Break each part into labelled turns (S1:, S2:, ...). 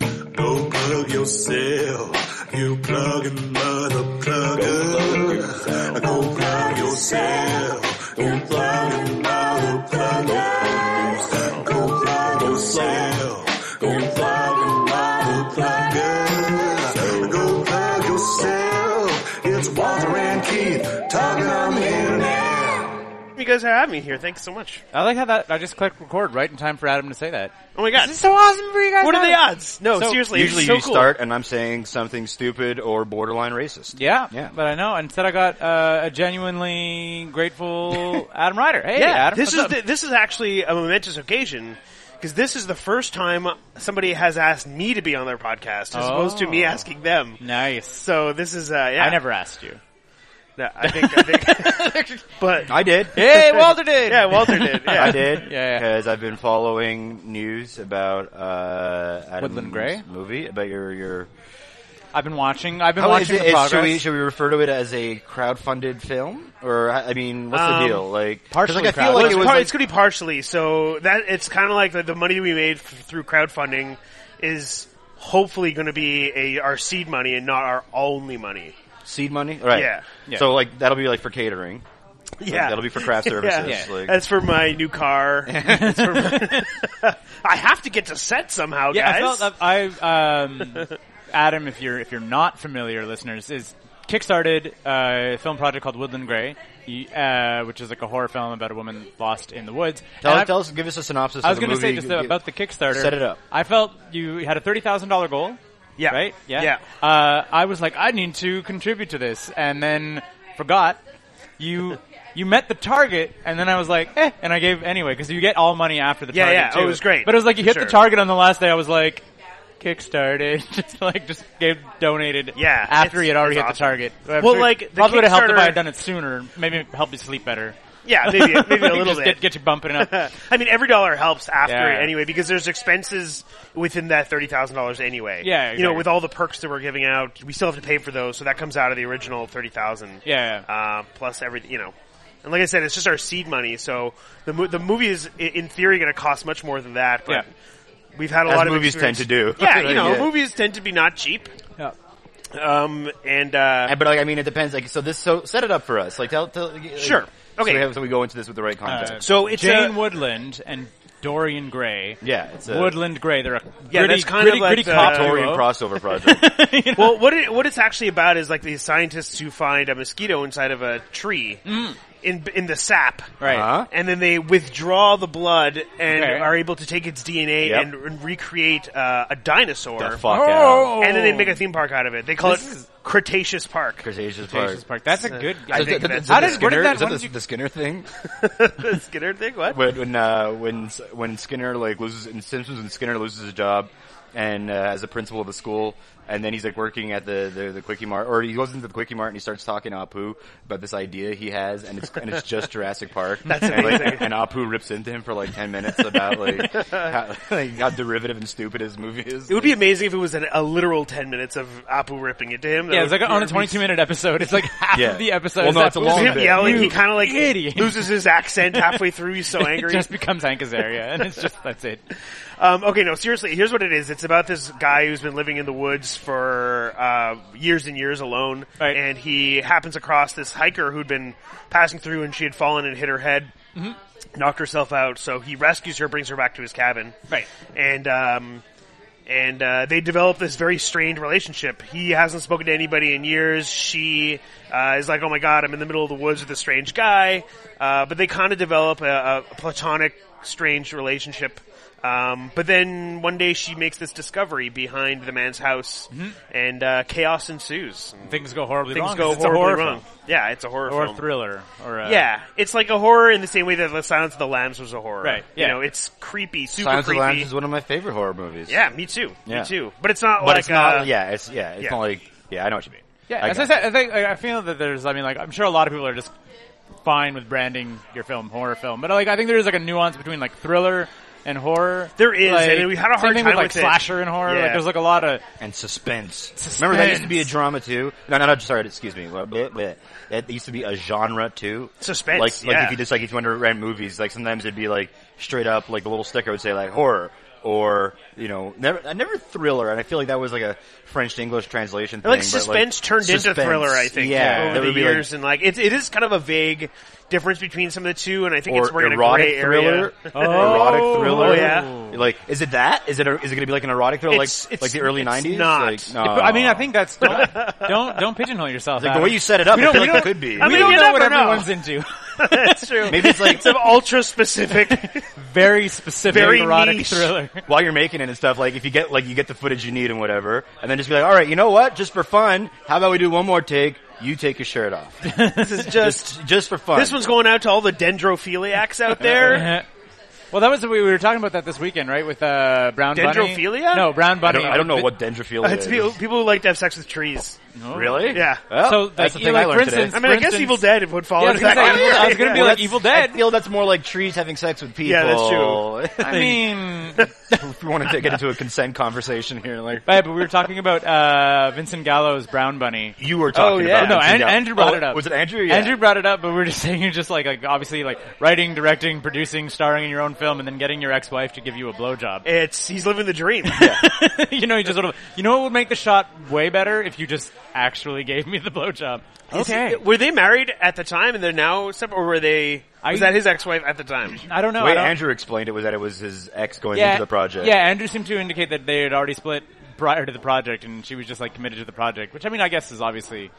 S1: Go plug yourself, you plugging mother plugger. Go plug yourself, you plugging mother plugger. Go plug yourself, you plugging mother plugger. Go plug yourself, it's Walter and Keith talking on the internet.
S2: You guys have me here. Thanks so much.
S3: I like how that I just clicked record right in time for Adam to say that.
S2: Oh my god.
S3: This is so awesome for you guys.
S2: what are the
S3: Adam.
S2: odds? No,
S3: So,
S2: seriously.
S4: Usually
S2: it's so
S4: you
S2: cool.
S4: start and I'm saying something stupid or borderline racist.
S3: Yeah,
S4: Yeah.
S3: But I know. Instead, I got uh, a genuinely grateful Adam Ryder. Hey,
S2: Yeah,
S3: Adam.
S2: this is
S3: what's
S2: the,
S3: up?
S2: this is actually a momentous occasion because this is the first time somebody has asked me to be on their podcast as opposed to me
S3: Oh.
S2: asking them.
S3: nice.
S2: So this is uh, yeah.
S3: I never asked you.
S2: No, I think. I think but
S4: I did.
S3: Hey, Walter did.
S2: yeah, Walter did. Yeah.
S4: I
S3: Yeah,
S4: did.
S3: yeah.
S4: Because I've been following news about uh, Adam's
S3: Woodland Grey?
S4: movie about your your.
S3: I've been watching. I've been
S4: How is
S3: watching
S4: it?
S3: the
S4: is-
S3: progress.
S4: should we should we refer to it as a crowdfunded film or I I mean what's
S2: Um,
S4: the deal? Like 'cause,
S3: partially
S4: Like, I
S3: crowdfunded.
S4: feel
S2: Well,
S4: like
S2: it's,
S4: it was
S2: par-
S4: like-
S2: it's going to be partially. So that it's kind of like the, the money we made f- through crowdfunding is hopefully going to be a our seed money and not our only money.
S4: seed money, right?
S2: Yeah.
S3: Yeah.
S4: So like that'll be like for catering.
S2: Yeah,
S4: that'll be for craft services. Like,
S2: That's for my new car. That's for my- I have to get to set somehow,
S3: Yeah,
S2: guys.
S3: I felt that I um, Adam, if you're if you're not familiar, listeners, is kickstarted uh, a film project called Woodland Gray, y- uh, which is like a horror film about a woman lost in the woods. And
S4: tell,
S3: I've-
S4: tell us, give us a synopsis.
S3: I
S4: of
S3: was
S4: the
S3: going to say
S4: movie.
S3: just
S4: Give-
S3: about the Kickstarter.
S4: Set it up.
S3: I felt you had a thirty thousand dollar goal.
S2: yeah,
S3: Right. Yeah.
S2: yeah.
S3: Uh, I was like, I need to contribute to this, and then forgot. You you met the target, and then I was like, eh, and I gave anyway because you get all money after the
S2: Yeah,
S3: target.
S2: yeah. Oh, it
S3: too.
S2: was great.
S3: But it was like you
S2: For
S3: hit
S2: sure.
S3: the target on the last day. I was like, kickstarted, just like just gave donated.
S2: Yeah,
S3: After
S2: it's-
S3: you had already hit
S2: it's
S3: the
S2: awesome.
S3: target. Uh,
S2: Well, like, the
S3: probably would have helped if I
S2: Kickstarter-
S3: had done it sooner. Maybe it helped you sleep better.
S2: Yeah, maybe maybe a little
S3: Just
S2: bit.
S3: Get, get you bumping up.
S2: I mean, every dollar helps after
S3: Yeah.
S2: it anyway because there's expenses within that thirty thousand dollars anyway.
S3: Yeah,
S2: you know,
S3: exactly.
S2: with all the perks that we're giving out, we still have to pay for those, so that comes out of the original thirty thousand.
S3: Yeah, yeah.
S2: uh, plus everything, you know. And like I said, it's just our seed money, so the mo- the movie is i- in theory going to cost much more than that. But
S3: Yeah.
S2: we've had a
S4: As
S2: lot of
S4: movies tend
S2: experience-
S4: to do.
S2: Yeah, you know,
S4: Yeah.
S2: movies tend to be not cheap.
S3: Yeah.
S2: Um, and uh,
S4: Uh, But like, I mean, it depends. Like, so this, so set it up for us. Like, tell, tell like,
S2: Sure.
S4: So
S2: Okay.
S4: we, have, so we go into this with the right
S3: Uh,
S4: context.
S2: So it's
S3: Jane
S2: a-
S3: Woodland and Dorian Gray.
S4: yeah, it's a
S3: Woodland Gray. They're a gritty,
S2: Yeah, that's kind
S3: gritty,
S2: of like
S3: gritty
S2: the-
S3: cop
S4: Victorian
S3: duo.
S4: crossover project.
S2: well, what it, what it's actually about is like these scientists who find a mosquito inside of a tree
S4: Mm.
S2: in in the sap,
S3: Right.
S4: Uh-huh.
S2: And then they withdraw the blood and
S3: Okay.
S2: are able to take its DNA
S4: Yep.
S2: and, and recreate uh, a dinosaur.
S4: the fuck out.
S3: Oh.
S2: and then they make a theme park out of it. They call it Cretaceous Park.
S4: Cretaceous
S3: Jesus
S4: Park.
S3: Park. That's a good.
S2: I
S3: I
S2: think
S3: think
S2: that-
S3: that's-
S2: that-
S3: how
S2: that
S3: did where did that
S4: Is that
S3: one?
S4: the,
S3: did you-
S4: the Skinner thing?
S2: Skinner thing? What?
S4: when when uh, when S- when Skinner like loses in Simpsons and Skinner loses his job and uh, as a principal of a school, and then he's like working at the, the the Quickie Mart, or he goes into the Quickie Mart and he starts talking to Apu about this idea he has, and it's and it's just Jurassic Park. That's and, like,
S2: amazing.
S4: and Apu rips into him for like ten minutes about like how, like, how derivative and stupid his movie is.
S2: It would be amazing if it was an, a literal ten minutes of Apu ripping it to him. That
S3: Yeah, it's
S2: would-
S3: like on a 22 minute episode. It's like half
S4: Yeah.
S3: of the episode.
S4: Well,
S3: is
S4: no, it's a
S3: Apu
S4: long
S3: Zubi.
S2: him
S4: bit.
S2: yelling. He
S3: You
S2: kind of like
S3: idiot.
S2: loses his accent halfway through. He's so angry.
S3: It just becomes Hank Azaria, and it's just that's it.
S2: Um, okay, no, seriously, here's what it is. It's about this guy who's been living in the woods for uh, years and years alone,
S3: Right.
S2: and he happens across this hiker who'd been passing through, and she had fallen and hit her head,
S3: Mm-hmm.
S2: knocked herself out. So he rescues her, brings her back to his cabin,
S3: Right.
S2: and um, and uh, they develop this very strained relationship. He hasn't spoken to anybody in years. She uh, is like, "Oh my god, I'm in the middle of the woods with a strange guy," uh, but they kind of develop a, a platonic, strange relationship. Um, but then one day she makes this discovery behind the man's house, and uh, chaos ensues. And
S3: Things go horribly
S2: things
S3: wrong.
S2: go
S3: 'cause it's a
S2: horribly
S3: horror
S2: wrong.
S3: film.
S2: Yeah, it's a horror
S3: or
S2: film.
S3: a thriller, or a,
S2: Yeah, it's like a horror in the same way that The Silence of the Lambs was a horror.
S3: Right,
S2: You
S3: yeah.
S2: know, it's creepy, super
S4: Silence of
S2: creepy.
S4: the Lambs is one of my favorite horror movies.
S2: Yeah, me too.
S4: Yeah.
S2: Me too. But it's not
S4: but
S2: like
S4: it's not.
S2: uh,
S4: yeah, it's yeah, it's
S2: yeah.
S4: not like yeah. I know what you mean.
S3: Yeah,
S4: I
S3: as I
S4: got
S3: said, I think like, I feel that there's. I mean, like I'm sure a lot of people are just fine with branding your film horror film, but like I think there is like a nuance between like thriller and horror.
S2: There is,
S3: Like,
S2: and we had a
S3: same
S2: hard
S3: thing
S2: time
S3: with like
S2: with it.
S3: slasher and horror.
S2: Yeah.
S3: Like there's like a lot of
S4: and suspense. Remember that used to be a drama too. No, no, no. Sorry, excuse me. Blah, blah, blah. That used to be a genre too.
S2: Suspense,
S4: Like, like
S2: yeah.
S4: if you just like if you went to rent movies, like sometimes it'd be like straight up like the little sticker would say like horror or you know never I never thriller, and I feel like that was like a French to English translation.
S2: Like
S4: thing, but,
S2: suspense turned into
S4: suspense,
S2: thriller, I think,
S4: Yeah,
S2: over
S4: there
S2: the
S4: would be, like,
S2: years, and like it's it is kind of a vague difference between some of the two, and I think
S4: or
S2: it's we're in a
S4: erotic
S2: gray
S4: thriller.
S2: area.
S4: erotic thriller.
S2: Oh, yeah.
S4: Like, is it that? Is it? A, is it going to be like an erotic thriller,
S2: It's-
S4: like
S2: it's-
S4: like the early
S2: it's
S4: nineties?
S2: not.
S4: Like, no.
S3: I mean, I think that's don't don't, don't pigeonhole yourself.
S4: like the
S3: Adam.
S4: way you set it up,
S3: we
S4: I
S3: don't,
S4: feel
S3: we
S4: like it
S3: don't-
S4: could be.
S2: I
S3: we
S2: mean,
S3: don't
S2: you
S3: know what
S2: never know.
S3: everyone's into.
S2: That's true.
S4: Maybe it's like
S2: it's an ultra specific.
S3: Very specific
S2: Very
S3: erotic
S2: niche.
S3: thriller.
S4: while you're making it and stuff, like if you get like you get the footage you need and whatever, and then just be like, all right, you know what? Just for fun, how about we do one more take? You take your shirt off.
S2: this is just.
S4: just just for fun.
S2: This one's going out to all the dendrophiliacs out there.
S3: Well, that was the way we were talking about that this weekend, right? With uh, Brown Bunny.
S2: Dendrophilia?
S3: No, Brown
S4: I
S3: Bunny.
S4: don't, I don't know what dendrophilia
S2: it's
S4: is.
S2: people, people who like to have sex with trees.
S4: Really?
S2: Yeah.
S4: Well,
S3: So, like,
S4: that's the thing
S3: like,
S4: I
S3: for
S4: learned today.
S3: instance-
S2: I mean,
S3: For
S2: I guess Evil Dead would fall
S3: Yeah, I
S2: into that.
S3: was gonna say,
S2: category.
S3: I was gonna be
S2: Yeah.
S3: like
S4: that's-
S3: Evil Dead.
S4: I feel that's more like trees having sex with people.
S2: Yeah, that's
S4: true.
S3: I mean,
S4: if we wanted to get into a consent conversation here, like
S3: Right, but we were talking about uh, Vincent Gallo's Brown Bunny.
S4: you were talking
S3: oh, yeah.
S4: about.
S3: No,
S4: Oh, Vincent
S3: An-
S4: Gallo.
S3: Andrew brought it
S4: Oh,
S3: up.
S4: Was it Andrew? Yeah.
S3: Andrew brought it up, but we were just saying you're just like, like obviously like writing, directing, producing, starring in your own film, and then getting your ex-wife to give you a blowjob.
S2: It's he's living the dream.
S3: you know, you just sort of, you know what would make the shot way better if you just actually gave me the blowjob.
S2: Is- Were they married at the time and they're now separate, or were they?
S3: I-
S2: was that his ex-wife at the time?
S3: I don't know.
S4: Wait,
S3: I don't,
S4: Andrew explained it was that it was his ex going
S3: yeah,
S4: into the project.
S3: Yeah, Andrew seemed to indicate that they had already split prior to the project, and she was just like committed to the project, which I mean, I guess is obviously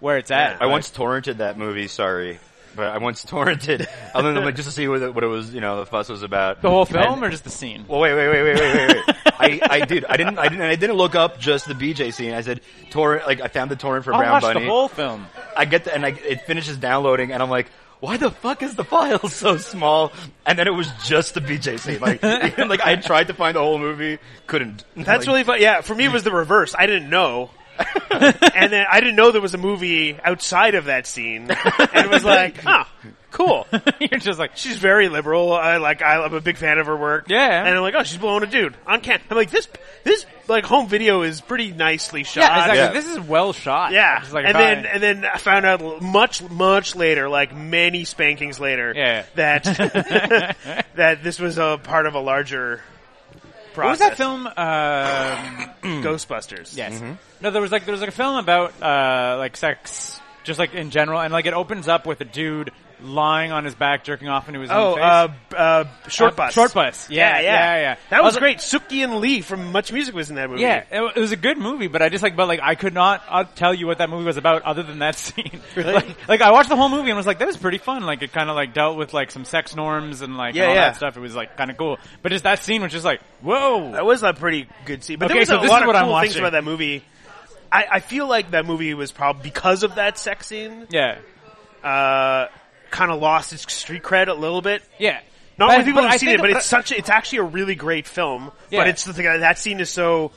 S3: where it's at.
S4: I once torrented that movie. Sorry, but I once torrented. I mean, like, just to see what it, what it was. You know, the fuss was about
S3: the whole film
S4: And-
S3: or just the scene.
S4: well, wait, wait, wait, wait, wait, wait, wait. I, I did. I didn't. I didn't. I didn't look up just the BJ scene. I said torrent. Like I found the torrent for
S3: I
S4: Brown
S3: watched
S4: Bunny.
S3: the whole film.
S4: I get the, and I, it finishes downloading, and I'm like, why the fuck is the file so small? And then it was just the BJ scene. Like, like I tried to find the whole movie, couldn't.
S2: That's
S4: Like,
S2: really fun. Yeah, for me it was the reverse. I didn't know. and then I didn't know there was a movie outside of that scene. And it was like, huh, cool.
S3: You're just like,
S2: She's very liberal. I like. I, I'm a big fan of her work.
S3: Yeah.
S2: And I'm like, oh, she's blowing a dude on can. I'm like, this, this like home video is pretty nicely shot.
S3: yeah, exactly.
S4: Yeah.
S3: This is well shot.
S2: Yeah.
S3: Just like,
S2: and
S3: hi.
S2: then and then I found out l- much much later, like many spankings later,
S3: Yeah.
S2: that that this was a part of a larger. Process. Hmm.
S3: what was that film? Um,
S2: Ghostbusters.
S3: yes. No, there was like there was like a film about uh, like sex, just like in general, and like it opens up with a dude lying on his back jerking off into his
S2: Oh,
S3: own face.
S2: uh, b- uh, short
S3: Uh,
S2: bus.
S3: Short Bus. Yeah, yeah, yeah. I
S2: That was
S3: was-
S2: great. Suki and Lee from Much Music was in that movie.
S3: yeah, it, wa- it was a good movie, but I just like, but like, I could not uh, tell you what that movie was about other than that scene. like, like, I watched the whole movie and was like, that was pretty fun. Like, it kind of like dealt with like some sex norms and like
S2: Yeah,
S3: and all
S2: yeah.
S3: that stuff. It was like kind of cool, but just that scene was just like, whoa.
S2: That was a pretty good scene. But
S3: Okay,
S2: there was
S3: so
S2: a
S3: this
S2: lot
S3: is
S2: of
S3: what I'm
S2: cool things
S3: watching.
S2: about that movie. I, I feel like that movie was probably because of that sex scene.
S3: yeah,
S2: Uh, kind of lost its street cred a little bit.
S3: yeah.
S2: Not
S3: But-
S2: many people
S3: but
S2: have
S3: I
S2: seen
S3: think-
S2: it, but uh, it's such. It's actually a really great film.
S3: Yeah.
S2: But it's the thing that scene is so.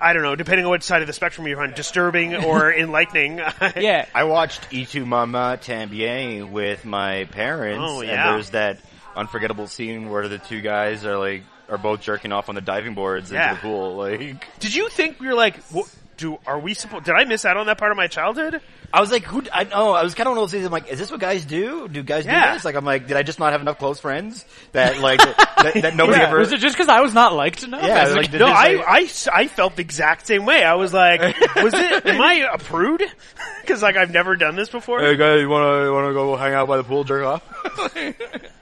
S2: I don't know. Depending on what side of the spectrum you're on, disturbing or enlightening.
S3: yeah.
S4: I watched E2 Mama Tambien with my parents,
S2: Oh, yeah.
S4: and there's that unforgettable scene where the two guys are like are both jerking off on the diving boards
S2: Yeah.
S4: into the pool. Like,
S2: Did you think we were like, what, do are we supposed? Did I miss out on that part of my childhood?
S4: I was like, who? I know. I was kind of one of those things. I'm like, is this what guys do? Do guys
S2: Yeah.
S4: do this? Like, I'm like, did I just not have enough close friends that like that, that nobody
S3: Yeah.
S4: ever?
S3: Was it just because I was not liked enough?
S4: Yeah,
S3: I was
S4: like,
S3: like,
S4: did
S2: No,
S4: this,
S2: I,
S4: like-
S2: I s- I felt the exact same way. I was like, was it? Am I a prude? Because like I've never done this before.
S4: Hey guys, you wanna you wanna go hang out by the pool, jerk off?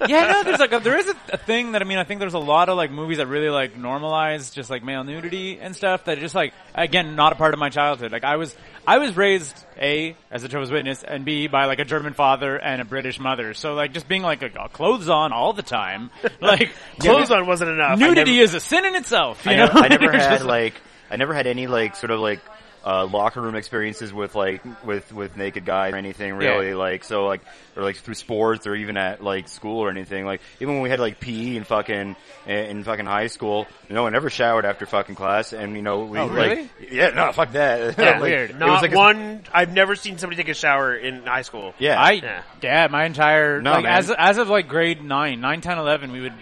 S3: yeah, no, there's like a, there is a, a thing that I mean, I think there's a lot of like movies that really like normalize just like male nudity and stuff that just like again not a part of my childhood. Like I was I was raised a as a Jehovah's Witness and b by like a German father and a British mother. So like just being like, like clothes on all the time, like
S2: Clothes on wasn't enough. I
S3: Nudity
S2: never-
S3: is a sin in itself. You
S4: I,
S3: know,
S4: never, I never
S3: You're just
S4: had
S3: like-
S4: like I never had any like sort of like uh, locker room experiences with like with with naked guys or anything really
S3: Yeah.
S4: like so like or like through sports or even at like school or anything like even when we had like PE in fucking in fucking high school no one ever showered after fucking class and you know we
S3: Oh, really?
S4: like yeah no fuck that
S2: Yeah,
S4: Like,
S3: weird.
S4: it
S2: Not
S4: was like a-
S2: one. I've never seen somebody take a shower in high school.
S4: yeah
S3: I
S2: Yeah.
S3: yeah. my entire
S4: No,
S3: like
S4: man.
S3: as as of like grade 9, 9, 10, 11, we would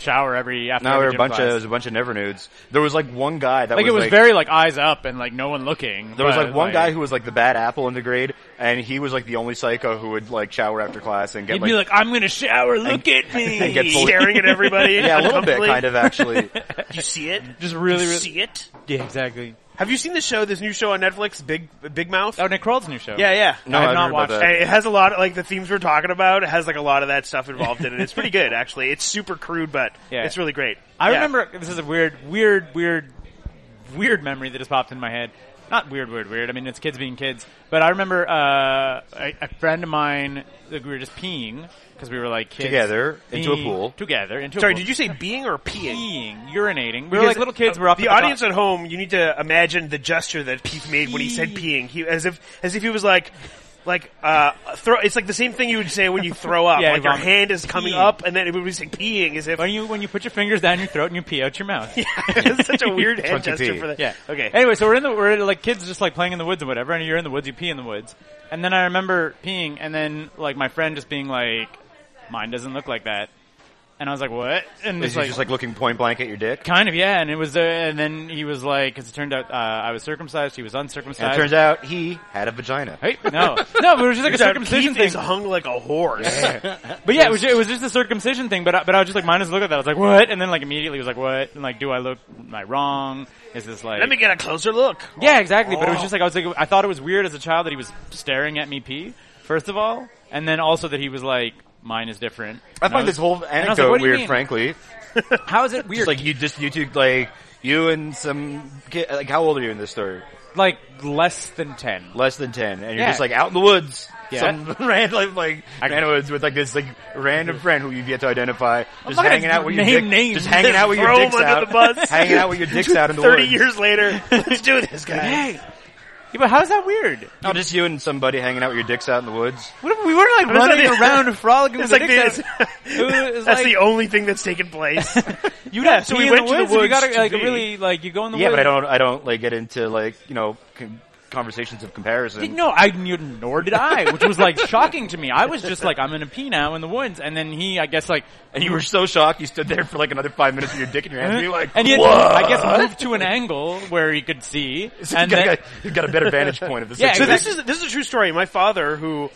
S3: shower every after
S4: no,
S3: every
S4: there were a
S3: gym
S4: bunch of
S3: class.
S4: there was a bunch of never nudes. There was like one guy that
S3: like
S4: was
S3: it was very like eyes up and like no one looking.
S4: There was
S3: but,
S4: like one guy who was like the bad apple in the grade, and he was like the only psycho who would like shower after class and get
S3: he'd be like, "I'm gonna shower. Look at
S4: and get
S3: me."
S4: full-
S2: Staring at everybody.
S4: yeah, a little bit kind of actually.
S2: Do you see it?
S3: Just really,
S2: Do you
S3: really.
S2: see it?
S3: Yeah, exactly.
S2: Have you seen the show? This new show on Netflix, Big Big Mouth.
S3: Oh, Nick Kroll's new show.
S2: Yeah, yeah.
S4: No,
S3: I have
S4: I've
S3: not
S4: heard about
S3: watched
S4: that.
S2: And it has a lot of like the themes we're talking about. It has like a lot of that stuff involved in it. It's pretty good actually. It's super crude, but
S3: Yeah.
S2: it's really great.
S3: I
S2: Yeah.
S3: remember this is a weird, weird, weird, weird memory that just popped in my head. Not weird, weird, weird. I mean, it's kids being kids. But I remember uh, a, a friend of mine. Like, we were just peeing because we were like kids
S4: Together, into a
S3: peeing
S4: pool.
S3: Together into
S2: Sorry,
S3: a pool.
S2: did you say being or peeing?
S3: peeing, urinating? We were
S2: Because
S3: like little kids. We're up
S2: the
S3: at
S2: audience
S3: The
S2: at home. You need to imagine the gesture that Keith made when he said peeing. He as if as if he was like. Like uh, throw. It's like the same thing you would say when you throw up.
S3: Yeah,
S2: like your
S3: vomit.
S2: hand is coming
S3: Peeing.
S2: up, and then it would be saying peeing as if.
S3: top. when you when you put your fingers down your throat and you pee out your mouth.
S2: it's such a weird hand
S4: Chunky
S2: gesture
S4: pee.
S2: for that.
S3: Yeah.
S2: Okay.
S3: Anyway, so we're in the we're like kids just like playing in the woods and whatever, and you're in the woods, you pee in the woods. And then I remember peeing and then like my friend just being like, Mine doesn't look like that. And I was like, What? And
S4: Is
S3: it's
S4: he
S3: like,
S4: just like looking point blank at your dick?
S3: kind of, yeah, and it was uh, and then he was like, because it turned out uh, I was circumcised, he was
S4: And
S3: uncircumcised.
S4: it turns out he had a vagina.
S3: Hey, no, no, but it was just like a
S2: Turns out
S3: circumcision
S2: Keith
S3: thing.
S2: is hung like a horse.
S3: But yeah, it was, ju- it was just the circumcision thing. But I, but I was just like, mine doesn't look at that. I was like, what? And then like immediately was like, what? And like, do I look? Am I wrong? Is this like?
S2: Let me get a closer look.
S3: Yeah, exactly. But it was just like I was like I thought it was weird as a child that he was staring at me pee. First of all, and then also that he was like, "Mine is different."
S4: I
S3: And
S4: find
S3: was-
S4: this
S3: and
S4: whole
S3: I was like,
S4: anecdote
S3: "What do you
S4: weird,
S3: mean?
S4: frankly.
S3: How is it
S4: It's
S3: weird?
S4: like you just you two like you and some kid, like how old are you in this story?
S3: like less than ten.
S4: Less than ten, and you're
S3: Yeah.
S4: just like out in the woods.
S3: Yeah.
S4: Some random like
S3: I-
S4: man in the woods with like this like random friend who you've yet to identify,
S3: not
S4: just
S3: gonna
S4: hanging out with your
S3: name
S4: dick,
S3: names.
S4: just hanging out with your
S2: Throw
S4: dicks
S2: him under
S4: out,
S2: the bus.
S4: hanging out with your dicks out in the
S2: Thirty
S4: woods.
S2: years later, let's do this, guy.
S3: Hey, yeah, but how is that weird?
S4: No, just you and somebody hanging out with your dicks out in the woods.
S3: What if we were
S2: just
S3: like running
S2: like-
S3: around frolicking
S2: It's
S3: with
S2: like
S3: the dicks
S2: the,
S3: out. It was
S2: that's
S3: like-
S2: the only thing that's taken place.
S3: You yeah,
S2: so
S3: pee
S2: we
S3: in
S2: went
S3: the
S2: to the
S3: woods. and you
S2: woods
S3: gotta
S2: to
S3: like
S2: pee.
S3: really like you go in the
S4: Yeah,
S3: woods.
S4: but I don't, I don't like get into like you know con- conversations of comparison.
S3: No, I knew, nor did I, which was like shocking to me. I was just like, I'm gonna pee now in the woods, and then he, I guess, like,
S4: And you were so shocked, you stood there for like another five minutes with your dick in your hand, and you're like,
S3: and he had,
S4: "Whoa!"
S3: I guess moved to an angle where he could see, and
S4: you, got,
S3: then,
S4: you got a better vantage point of this.
S3: Yeah,
S2: so
S4: situation.
S2: this is this is a true story. My father, who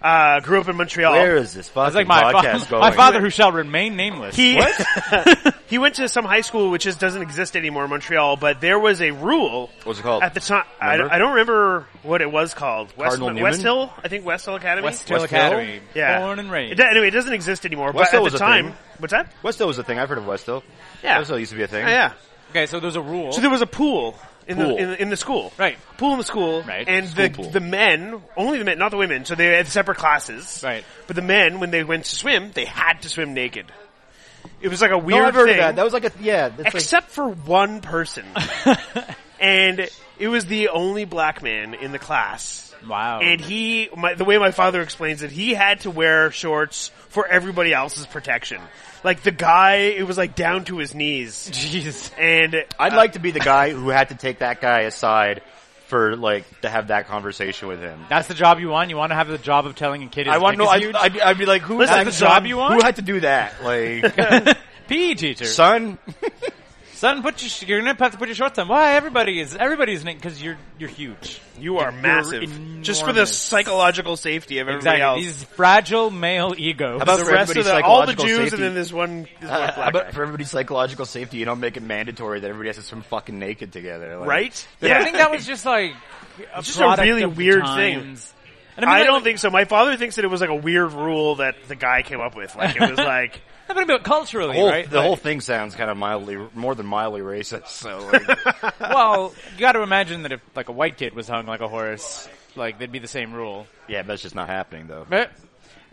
S2: uh, grew up in Montreal,
S4: where is this fucking
S3: it's like my,
S4: podcast
S3: fa-
S4: going?
S3: my father who shall remain nameless.
S2: he
S3: What?
S2: he went to some high school which just doesn't exist anymore in Montreal. But there was a rule.
S4: What was it called?
S2: at the time? I,
S4: Remember?
S2: I don't remember what it was called. West,
S4: Cardinal Newman?
S2: West Hill, I think West Hill Academy.
S3: West Hill
S4: West
S3: Academy,
S4: Hill?
S2: Yeah.
S3: born and
S2: It,
S3: raised.
S2: do- anyway, it doesn't exist anymore.
S4: West
S2: but
S4: Hill
S2: at
S4: was
S2: the
S4: a
S2: time,
S4: thing.
S2: what's that?
S4: West Hill was a thing. I've heard of West Hill.
S2: Yeah.
S4: West Hill used to be a thing.
S3: Oh,
S2: Yeah, yeah.
S3: Okay, so there's a rule.
S2: So there was a pool in
S4: Pool.
S2: the in, the- in the school,
S3: Right.
S2: Pool in the school,
S3: Right.
S2: And
S4: School
S2: the
S4: pool.
S2: the men, only the men, not the women. So they had separate classes,
S3: Right.
S2: But the men, when they went to swim, they had to swim naked. It was like a
S4: No,
S2: weird
S4: I've heard
S2: thing,
S4: of that. That was like a yeah. That's like-
S2: except for one person, and it was the only black man in the class.
S3: wow.
S2: And he, my, the way my father explains it, he had to wear shorts for everybody else's protection. Like the guy, it was like down to his knees,
S3: Jeez.
S2: and uh,
S4: I'd like to be the guy who had to take that guy aside for like to have that conversation with him.
S3: That's the job you want. You want to have the job of telling a kid. His
S4: I want to
S3: dick
S4: know.
S3: is
S4: I'd,
S3: huge?
S4: I'd, I'd be like, who
S2: Listen,
S4: had
S2: the
S4: to-
S2: job you
S3: want?
S4: Who had to do that? Like,
S3: PE E teacher.
S4: son,
S3: Son, put your, sh- you're gonna have to put your shorts on. Why? Everybody is. Everybody's because you're you're huge.
S2: You are massive. Just for the
S3: enormous.
S2: psychological safety of everybody
S3: Exactly.
S2: else.
S3: These fragile male egos.
S4: about
S2: the rest of
S4: everybody's
S2: the, all the
S4: psychological
S2: Jews and
S4: safety?
S2: then this one, this one
S4: Uh,
S2: black
S4: but
S2: guy.
S4: for everybody's psychological safety, you don't make it mandatory that everybody has to swim fucking naked together, like-
S2: Right?
S3: But I think that was just like a
S2: just a
S3: product
S2: really
S3: of the
S2: weird
S3: times. And
S2: I
S3: like-
S2: don't think so. My father thinks that it was like a weird rule that the guy came up with. Like it was like,
S3: I'm talking about culturally,
S4: The whole,
S3: right?
S4: the
S3: Like,
S4: whole thing sounds kind of mildly, more than mildly racist. So, like,
S3: well, you got to imagine that if like a white kid was hung like a horse, Like they'd be the same rule.
S4: Yeah, but it's just not happening though.
S3: But,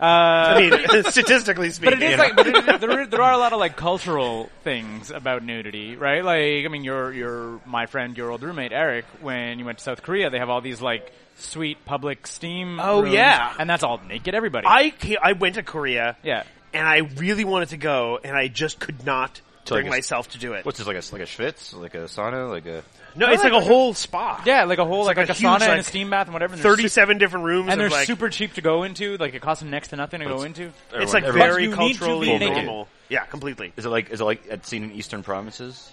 S3: uh,
S2: I mean, statistically
S3: but
S2: speaking,
S3: it is like but it, there, are- there are a lot of like cultural things about nudity, right? Like, I mean, your your my friend, your old roommate Eric, when you went to South Korea, they have all these like sweet public steam.
S2: Oh,
S3: rooms,
S2: yeah.
S3: and that's all naked everybody.
S2: I ca- I went to Korea,
S3: yeah,
S2: and I really wanted to go, and I just could not
S4: So, like,
S2: bring
S4: it's-
S2: myself to do it.
S4: What's this like a like a schwitz, like a sauna, like a
S2: No, it's like a whole spa.
S3: yeah, like a whole like,
S2: like
S3: like,
S2: a
S3: a,
S2: huge,
S3: sauna and
S2: like,
S3: a steam bath and whatever. And they're su-
S2: thirty-seven different rooms,
S3: and
S2: of,
S3: they're
S2: like,
S3: super cheap to go into. Like it costs them next to nothing to go into.
S2: It's like
S4: Everyone-
S2: very
S3: But you need to
S2: culturally
S3: be
S4: naked.
S2: normal. Yeah, completely.
S4: Is it like is it like at seen in Eastern Promises?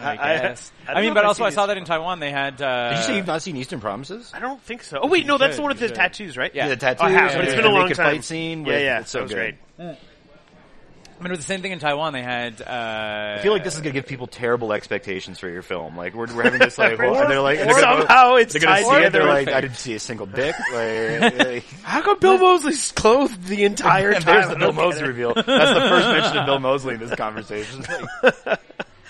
S3: I
S2: I- I
S3: guess. I,
S2: don't know
S3: mean,
S2: if
S3: but
S2: I've
S3: also
S2: seen
S3: I saw
S2: these
S3: that in Taiwan they had. Uh,
S4: Did you say you've not seen Eastern Promises?
S2: I don't think so. Oh wait, no, that's
S3: should,
S2: the one with
S3: you
S2: the
S3: should.
S2: tattoos, right?
S3: Yeah.
S4: The tattoo,
S2: I have, Oh, but it's been a long time.
S4: Fight scene with,
S2: yeah, yeah,
S4: it's so
S2: that was
S4: good.
S2: great.
S3: I mean, it was the same thing in Taiwan. They had. Uh,
S4: I feel like this is going to give people terrible expectations for your film. Like we're, we're having this like, whole- and they're like, and they're gonna-
S2: somehow it's
S4: they're gonna
S2: tied
S4: see it.
S2: together.
S4: They're
S2: with-
S4: like, I didn't see a single dick. Like, like-
S2: how come Bill Mosley's clothed the entire
S4: and
S2: time?
S4: there's the
S2: I
S4: Bill
S2: don't get
S4: Mosley
S2: it.
S4: reveal. That's the first mention of Bill Mosley in this conversation.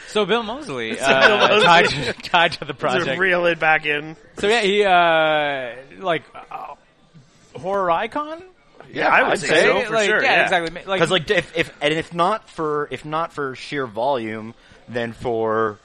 S3: so Bill Mosley, uh, Tied, to, tied to the
S2: Sort of
S3: project.
S2: Reel it back in.
S3: So yeah, he uh, like uh, horror icon.
S4: yeah,
S2: I would
S4: I'd
S2: say
S4: say
S2: so. for
S3: like,
S2: sure, yeah.
S3: Yeah, exactly. Like,
S4: Because like if, if and if not for if not for sheer volume, then for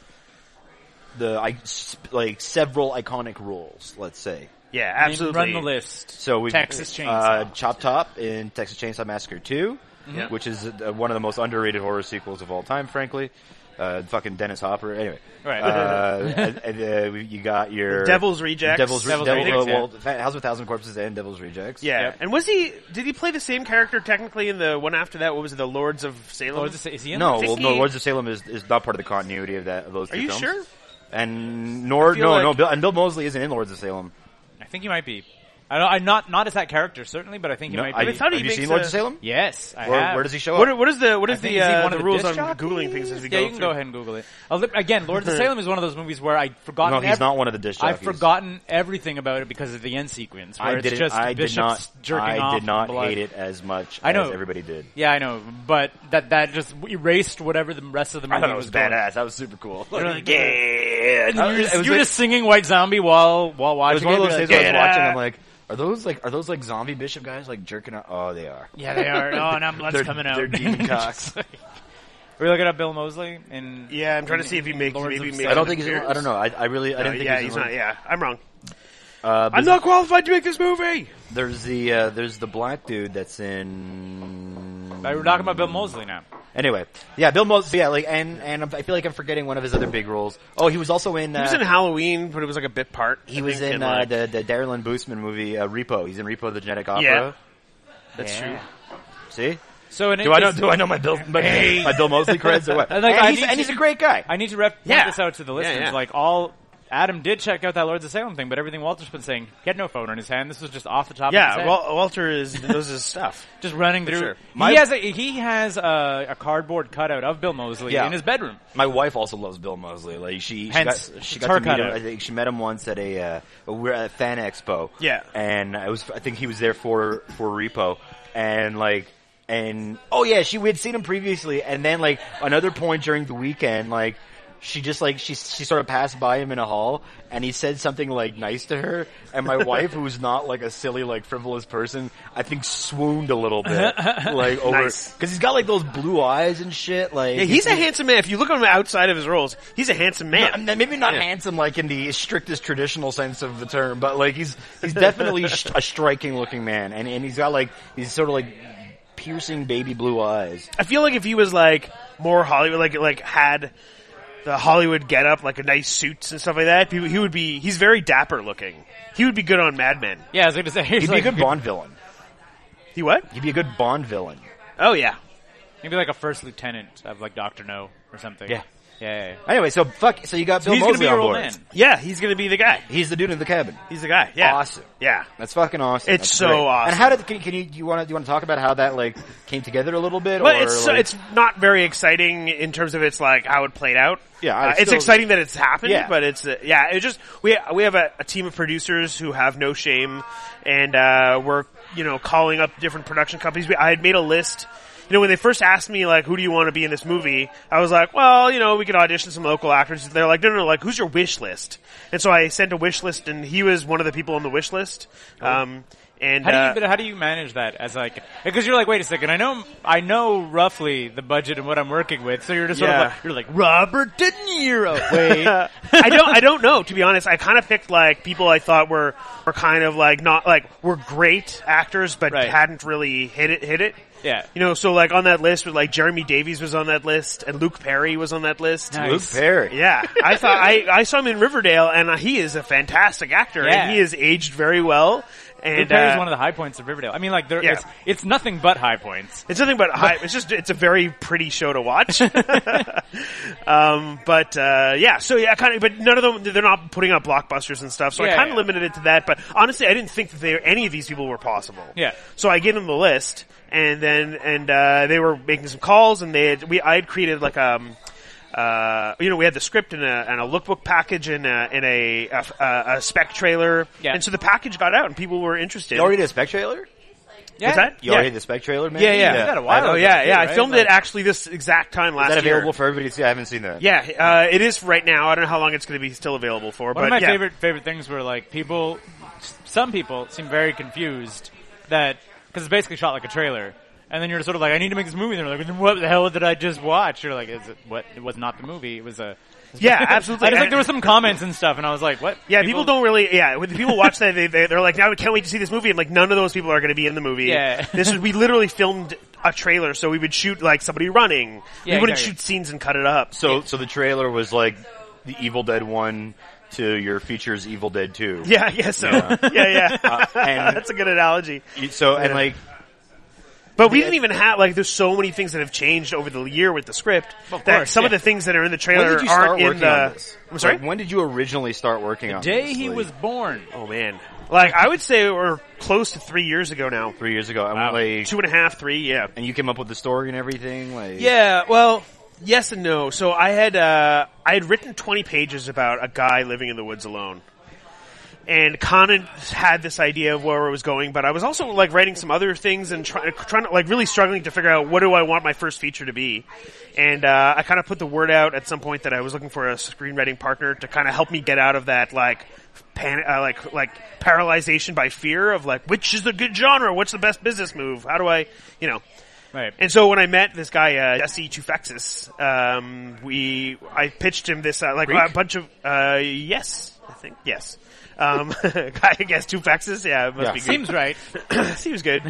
S4: the I, sp- like several iconic rules, let's say.
S2: Yeah,
S3: I mean,
S2: absolutely.
S3: run the list.
S4: So we
S3: Texas
S4: uh,
S3: Chainsaw.
S4: Chop Top in Texas Chainsaw Massacre 2
S2: Yeah.
S4: which is uh, one of the most underrated horror sequels of all time, frankly. Uh, fucking Dennis Hopper. Anyway,
S3: Right.
S4: Uh, and, and, uh, you got your
S2: Devil's Rejects.
S4: Devil's, Re-
S3: Devil's
S4: Devil-
S3: Rejects,
S4: uh, well, Fa- House of a Thousand Corpses and Devil's Rejects.
S2: Yeah,
S3: Yep.
S2: and was he? Did he play the same character technically in the one after that? What was it, the Lords of Salem?
S3: Lords of Sa- is he in
S4: No,
S3: that?
S4: well,
S2: think
S4: no.
S2: he-
S4: Lords of Salem is, is not part of the continuity of that of those.
S2: Are
S4: two
S2: you
S4: films.
S2: sure?
S4: And nor
S2: feel
S4: no no
S2: like-
S4: Bill, and Bill Mosley isn't in Lords of Salem.
S3: I think he might be. I don't, I'm not not as that character certainly, but I think he
S4: No,
S3: might
S4: I-
S3: be.
S2: I thought he
S4: have you
S2: makes
S4: seen
S2: a-
S4: Lords of Salem?
S3: yes, I
S4: Where,
S3: have.
S4: where does he show up?
S2: What, what is the what
S3: I
S2: is
S3: think
S2: the
S3: is he
S2: uh,
S3: one
S2: the
S3: of
S2: rules on
S3: disc
S2: googling things as we
S3: jockeys?
S2: go?
S3: Yeah, you can
S2: through?
S3: go ahead and Google it. I'll li- Again, Lords of Salem is one of those movies where I'd forgotten.
S4: no, he's
S3: ev-
S4: not one of the dish jockeys.
S3: I've forgotten everything about it because of the end sequence where
S4: I
S3: it's
S4: did
S3: just
S4: I did
S3: bishops
S4: not.
S3: jerking
S4: I
S3: off.
S4: did not
S3: and blood.
S4: hate it as much
S3: I know.
S4: as everybody did.
S3: Yeah, I know, but that that just erased whatever the rest of the movie
S4: I thought it was
S3: going.
S4: badass. That was super cool.
S3: You're like,
S4: yeah,
S3: And you're, just, you're just singing White Zombie while while
S4: It
S3: watching.
S4: was one of
S3: it,
S4: those
S3: you're
S4: things
S3: like,
S4: where I was watching.
S3: "Yeah."
S4: I'm like, are those like are those like zombie bishop guys like jerking out? Oh, they are.
S3: Yeah, they are. Oh, now blood's
S4: They're-
S3: coming out.
S4: they're demon cocks.
S3: Are we looking up Bill Mosley? And
S2: Yeah, I'm trying to see if he makes- maybe
S3: of
S2: makes-
S4: I don't
S2: Yeah,
S4: think he's. In,
S2: appears.
S4: I don't know. I, I really. I
S2: No,
S4: didn't think
S2: yeah,
S4: he
S2: he's
S4: was in
S2: not.
S4: one.
S2: Yeah, I'm wrong.
S4: Uh, but
S2: I'm not qualified to make this movie.
S4: There's the uh, there's the black dude that's in.
S3: But We're talking about Bill Mosley now.
S4: Anyway, yeah, Bill Mosley. Yeah, like and and I feel like I'm forgetting one of his other big roles. Oh, he was also in. Uh,
S2: He was in Halloween, but it was like a bit part.
S4: he
S2: I
S4: was
S2: think,
S4: in uh,
S2: like-
S4: the the Darren Boosman movie uh, Repo. He's in Repo: The Genetic Opera.
S2: Yeah. That's true.
S4: See.
S3: So in
S4: Do I know? Do I know my Bill? My, my Bill Mosley creds or what?
S3: And, like,
S4: and,
S3: I
S4: he's,
S3: need
S4: and
S3: to-
S4: he's a great guy.
S3: I need to rep point
S2: Yeah.
S3: this out to the
S2: Yeah,
S3: listeners.
S2: yeah.
S3: Like all, Adam did check out that Lords of Salem thing, but everything Walter's been saying, he had no phone in his hand. This was just off the top. of his
S2: Yeah,
S3: head.
S2: Wal- Walter is knows his stuff.
S3: just running through.
S4: sure.
S3: he
S4: My-
S3: has a, he has a, a cardboard cutout of Bill Mosley
S4: Yeah.
S3: in his bedroom.
S4: my wife also loves Bill Mosley. Like she, she
S3: Hence,
S4: got, she
S3: it's
S4: got
S3: her
S4: to meet him.
S3: cutout.
S4: I think she met him once at a uh, we're at a fan expo.
S2: Yeah.
S4: and I was I think he was there for for Repo, and like and oh yeah, she we had seen him previously, and then like another point during the weekend, like. She just like she she sort of passed by him in a hall, and he said something like nice to her. And my wife, who's not like a silly like frivolous person, I think swooned a little bit, like over
S2: Nice.
S4: because he's got like those blue eyes and shit. Like
S2: Yeah, he's a handsome man. If you look at him outside of his roles, he's a handsome
S4: I'm
S2: man.
S4: not- maybe not handsome like in the strictest traditional sense of the term, but like he's he's definitely sh- a striking looking man, and and he's got like these sort of like piercing baby blue eyes.
S2: I feel like if he was like more Hollywood, like like had the Hollywood getup, like a nice suits and stuff like that, he, he would be. He's very dapper looking. He would be good on Mad Men.
S3: Yeah, I was going to say he's
S4: He'd
S3: like,
S4: be a good Bond villain.
S2: He what?
S4: He'd be a good Bond villain.
S2: Oh yeah.
S3: Maybe like a first lieutenant of like Doctor No or something.
S4: Yeah.
S3: yeah. yeah.
S4: Anyway, so fuck. So you got Bill
S3: he's gonna
S4: Mosley
S3: be
S4: on
S3: your old
S4: board.
S3: man.
S2: Yeah, he's gonna be the guy.
S4: He's the dude in the cabin.
S2: He's the guy. Yeah.
S4: Awesome.
S2: Yeah.
S4: That's fucking awesome.
S2: It's
S4: That's
S2: so
S4: great.
S2: awesome.
S4: And how did can, can you do you want to do you want to talk about how that like came together a little bit?
S2: But
S4: or,
S2: it's so,
S4: like-
S2: it's not very exciting in terms of it's like how it played out.
S4: Yeah, I
S2: uh, it's
S4: still-
S2: exciting that it's happened,
S4: Yeah.
S2: but it's uh, yeah. It just we we have a, a team of producers who have no shame, and uh, we're you know calling up different production companies. We, I had made a list you know, when they first asked me like, who do you want to be in this movie? I was like, well, you know, we could audition some local actors. They're like, no, no, no, like, who's your wish list? And so I sent a wish list, and he was one of the people on the wish list. Um, and
S3: How do
S2: uh,
S3: you but how do you manage that as like because you're like wait a second I know I know roughly the budget and what I'm working with so you're just
S2: Yeah.
S3: sort of like you're like Robert De Niro wait
S2: I don't I don't know to be honest. I kind of picked like people I thought were were kind of like not like were great actors but
S3: Right.
S2: hadn't really hit it hit it.
S3: Yeah.
S2: You know, so like on that list was like Jeremy Davies was on that list and Luke Perry was on that list.
S4: Luke Perry.
S2: Yeah, I thought I, I saw him in Riverdale, and uh, he is a fantastic actor,
S3: Yeah.
S2: and he has aged very well. And
S3: Luke Perry is
S2: uh,
S3: one of the high points of Riverdale I mean like there
S2: Yeah.
S3: it's, it's nothing but high points
S2: It's nothing but high. It's just it's a very pretty show to watch. um, but uh, yeah, so yeah, kind of. But none of them they're not putting out blockbusters and stuff. So I
S3: Yeah,
S2: kind of
S3: yeah.
S2: limited it to that. But honestly, I didn't think that they, any of these people were possible.
S3: Yeah.
S2: So I gave them the list, and then and uh, they were making some calls, and they had, we I had created like um. Uh, you know, we had the script and a, and a lookbook package and a, and a, a, a spec trailer.
S3: Yeah.
S2: And so the package got out and people were interested.
S4: You already did a spec trailer?
S3: yeah
S2: that?
S4: You
S2: Yeah.
S4: already did a spec trailer, man?
S3: Yeah, yeah. Is that a while
S4: I-
S3: ago?
S2: Oh yeah, yeah.
S3: right?
S2: I filmed
S3: Like-
S2: it actually this exact time last
S4: Is that
S2: year.
S4: available for everybody to see? I haven't seen that.
S2: Yeah, uh, it is right now. I don't know how long it's going to be still available for,
S3: One
S2: but
S3: of my
S2: yeah.
S3: favorite favorite things were like people, some people seem very confused that because it's basically shot like a trailer, and then you're sort of like, I need to make this movie. And they're like, What the hell did I just watch? You're like, Is it what? It was not the movie. It was a.
S2: Yeah, absolutely.
S3: I just like
S2: And-
S3: there were some comments and stuff, and I was like, What?
S2: Yeah, people, don't really. Yeah, when people watch that, they, they, they're like, "Now we can't wait to see this movie." And like, none of those people are going to be in the movie.
S3: Yeah.
S2: this is we literally filmed a trailer, so we would shoot like somebody running.
S3: Yeah,
S2: we wouldn't
S3: exactly.
S2: shoot scenes and cut it up.
S4: So, so the trailer was like the Evil Dead 1 to your features Evil Dead 2.
S2: Yeah, yeah, so yeah, yeah.
S3: Uh,
S4: and-
S2: That's a good analogy.
S4: You- So, and
S2: Yeah.
S4: like,
S2: But we didn't even have like. There's so many things that have changed over the year with the script
S3: Of
S2: that
S3: course,
S2: some of
S3: yeah.
S2: the things that are in the
S4: when
S2: trailer
S4: did you start
S2: aren't
S4: working
S2: in the.
S4: on this?
S2: I'm sorry.
S4: Like, when did you originally start working on
S3: Day
S4: this?
S3: he
S4: Like,
S3: was born.
S2: Oh man, like I would say we're close to three years ago now.
S4: three years ago. And, like,
S2: Two and a half, three, yeah.
S4: and you came up with the story and everything? Like,
S2: Yeah, well, yes and no. So I had uh, I had written twenty pages about a guy living in the woods alone, and Conan had this idea of where it was going. But I was also like writing some other things and try, trying to like really struggling to figure out what do I want my first feature to be. And uh, I kind of put the word out at some point that I was looking for a screenwriting partner to kind of help me get out of that like. Pan- uh, like like paralyzation by fear of like which is the good genre what's the best business move how do I you know
S3: Right.
S2: and so when I met this guy uh, Jesse Tufexis, um, we I pitched him this uh, like a bunch of uh, yes, I think yes. Um, I guess Tufexis, yeah, it must
S4: Yeah.
S2: be good.
S3: Seems right.
S2: Seems, good.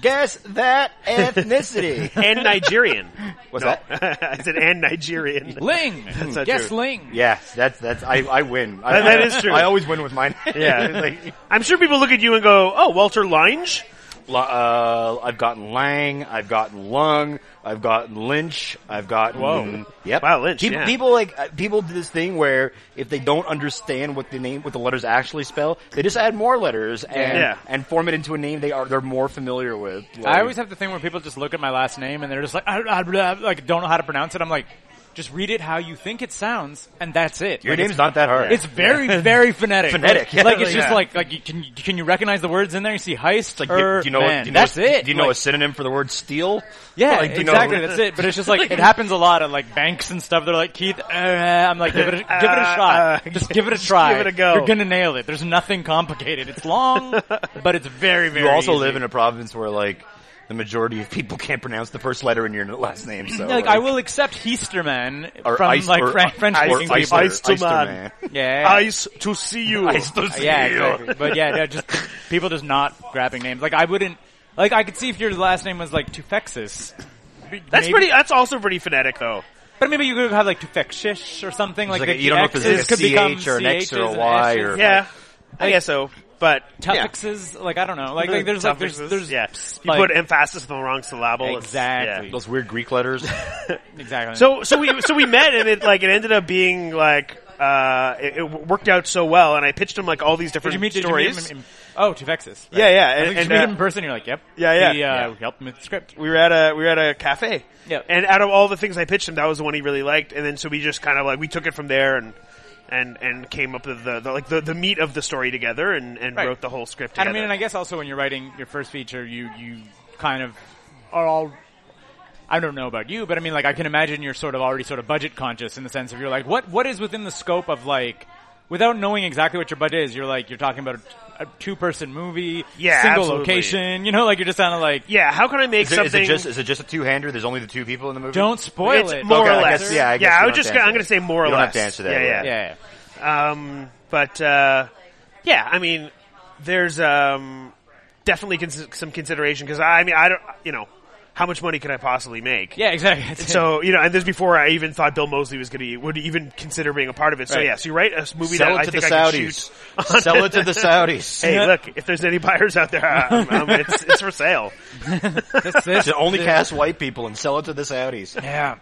S4: Guess that ethnicity.
S2: and Nigerian.
S4: What's that?
S2: I said and Nigerian.
S3: Ling.
S2: not
S3: Guess
S2: true.
S3: Ling.
S4: Yes, that's, that's, I, I win. I,
S2: That- that is true.
S4: I always win with mine.
S2: Yeah.
S4: like,
S2: I'm sure people look at you and go, "Oh, Walter Lange."
S4: Lo- uh, I've gotten Lang, I've gotten Lung, I've gotten Lynch, I've gotten.
S3: Whoa.
S4: Yep.
S2: Wow, Lynch,
S4: People,
S2: yeah.
S4: people like uh, people do this thing where if they don't understand what the name, what the letters actually spell, they just add more letters and
S2: Yeah.
S4: and form it into a name they are they're more familiar with.
S3: I always have the thing where people just look at my last name and they're just like, I, I, blah," like don't know how to pronounce it. I'm like, just read it how you think it sounds, and that's it.
S4: your
S3: Like,
S4: name's not that hard.
S3: It's very, very phonetic.
S4: Phonetic,
S3: Like,
S4: yeah.
S3: like, it's just
S4: Yeah.
S3: like like you, can you- can you recognize the words in there? You see heist.
S4: It's like,
S3: er,
S4: do, do you know?
S3: man.
S4: do you know
S3: that's
S4: a,
S3: it.
S4: Do you know
S3: Like,
S4: a synonym for the word steal?
S3: yeah,
S4: Like, do you know-
S3: exactly. That's it. But it's just like it happens a lot at like banks and stuff. They're like Keith. Uh, I'm like give it a, give it a
S2: Uh,
S3: shot.
S2: uh,
S3: just give it a try.
S2: give it a go.
S3: You're gonna nail it. There's nothing complicated. It's long, but it's very very.
S4: You also
S3: easy.
S4: live in a province where like the majority of people can't pronounce the first letter in your last name. So
S3: like I will accept Heisterman
S4: or
S3: from
S4: ice-
S3: like
S4: or
S3: Fran-
S4: ice-
S3: French
S4: or
S3: speaking
S4: Ice-
S3: people.
S2: Ice-
S4: Ister
S2: Man.
S3: yeah,
S2: Ice to see you.
S4: Ice to see
S3: Yeah,
S4: you.
S3: exactly. But yeah, no, just people just not grabbing names. Like I wouldn't. Like I could see if your last name was like Tufexis.
S2: That's
S3: Maybe-
S2: pretty. That's also pretty phonetic, though.
S3: But maybe you could have like Tufexish or something like,
S4: like
S3: that.
S4: a- you don't know if there's like a
S3: could become
S4: CH or an X or a
S3: CHs and
S4: Y
S3: S's.
S4: or-
S2: Yeah, I guess so. But yeah.
S3: Tufexes. Like I don't know. Like, like there's like there's
S2: Suffixes,
S3: there's
S2: yeah. You
S3: like-
S2: put emphasis on the wrong syllable. it's-
S3: Exactly.
S2: yeah.
S4: Those weird Greek letters.
S3: exactly.
S2: So so we so we met and it like it ended up being like uh it, it worked out so well and I pitched him like all these
S3: did
S2: different
S3: you meet? Did you meet
S2: stories.
S3: him? in- in- oh, Tufexis.
S2: Yeah, yeah, and-
S3: Like, did
S2: and,
S3: you meet
S2: uh,
S3: him in person? You're like, yep.
S2: Yeah, yeah.
S3: He, uh,
S2: Yeah.
S3: helped him with the script.
S2: we were at a we were at a cafe.
S3: Yeah.
S2: And out of all the things I pitched him, that was the one he really liked. And then so we just kind of like we took it from there and and and came up with the, the like the, the meat of the story together and and
S3: Right.
S2: wrote the whole script.
S3: And
S2: Together.
S3: I mean, and I guess also when you're writing your first feature, you you kind of are all I don't know about you, but I mean, like, I can imagine you're sort of already sort of budget conscious in the sense of you're like, what, what is within the scope of like, without knowing exactly what your budget is, you're like, you're talking about a, a two person movie,
S2: Yeah,
S3: single
S2: absolutely.
S3: location, you know, like you're just kind of like,
S2: Yeah, how can I make
S4: Is it, is
S2: something?
S4: it just is it just a two hander? There's only the two people in the movie.
S3: don't spoil
S2: it's
S3: it.
S2: more
S4: Okay,
S2: or
S4: I
S2: less.
S4: guess- yeah, I guess
S2: yeah.
S4: you
S2: I
S4: don't
S2: was just.
S4: have
S2: Gonna, I'm
S4: to answer
S2: going to say more
S4: You
S2: or
S4: don't
S2: less.
S4: have to answer that,
S2: Yeah,
S4: yeah.
S2: yeah.
S3: yeah.
S2: Um, but uh, yeah, I mean, there's um, definitely cons- some consideration because I mean, I don't, you know, how much money could I possibly make?
S3: Yeah, exactly.
S2: So you know, and this before I even thought Bill Mosley was going to would even consider being a part of it. So
S3: Right.
S2: yeah, so you write a s- movie
S4: sell
S2: that
S4: it
S2: I
S4: to
S2: think
S4: the
S2: I can
S4: Saudis.
S2: shoot. on-
S4: Sell it to the Saudis.
S2: hey, look, if there's any buyers out there, um, um, it's, it's for sale.
S3: That's- that's-
S1: To only cast white people and sell it to the Saudis.
S3: Yeah.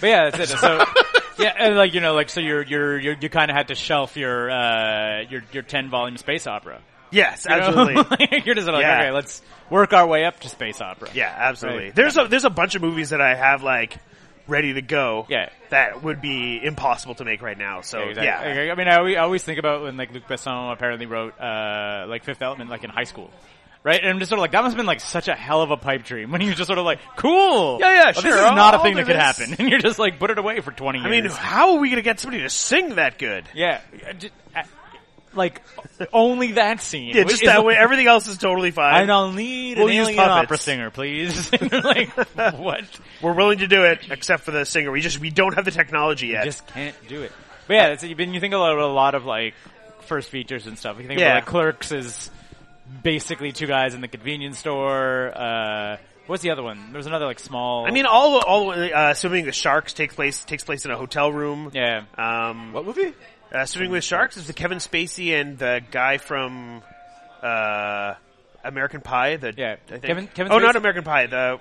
S3: But yeah, that's it. So yeah, and like you know, like so you're you're, you're you kind of had to shelf your uh your your 10 volume space opera.
S2: Yes,
S3: You know?
S2: absolutely.
S3: Like, you're just like,
S2: Yeah.
S3: okay, let's work our way up to space opera.
S2: Yeah, absolutely.
S3: Right.
S2: There's a there's a bunch of movies that I have like ready to go.
S3: Yeah.
S2: that would be impossible to make right now. So yeah,
S3: Exactly. Like, I mean, I always, I always think about when like Luc Besson apparently wrote uh, like Fifth Element like in high school, right? And I'm just sort of like that must have been like such a hell of a pipe dream when he was just sort of like, cool,
S2: Yeah, yeah,
S3: Well,
S2: sure,
S3: This is
S2: I'll-
S3: not a
S2: I'll
S3: thing
S2: do
S3: that could
S2: this.
S3: happen, and you're just like put it away for 20
S2: I
S3: years.
S2: mean, how are we gonna get somebody to sing that good?
S3: yeah, I ju- I- like only that scene.
S2: Yeah, just
S3: is-
S2: that way. Everything else is totally fine.
S3: And I'll need
S2: We'll
S3: an
S2: use
S3: alien
S2: puppets.
S3: opera singer, please. like what?
S2: We're willing to do it, except for the singer. We just we don't have the technology yet.
S3: Just can't do it. But yeah, it's, you've been, you think a lot, a lot of like first features and stuff. You think
S2: Yeah.
S3: about like Clerks is basically two guys in the convenience store. Uh, what's the other one? There's another like small.
S2: I mean, all all uh, swimming with sharks takes place takes place in a hotel room.
S3: yeah.
S2: Um,
S4: What movie?
S2: uh, swimming with sharks is the Kevin Spacey and the guy from uh, American Pie. The
S3: Yeah.
S2: I think.
S3: Kevin- Kevin
S2: oh, not
S3: Spacey-
S2: American Pie. The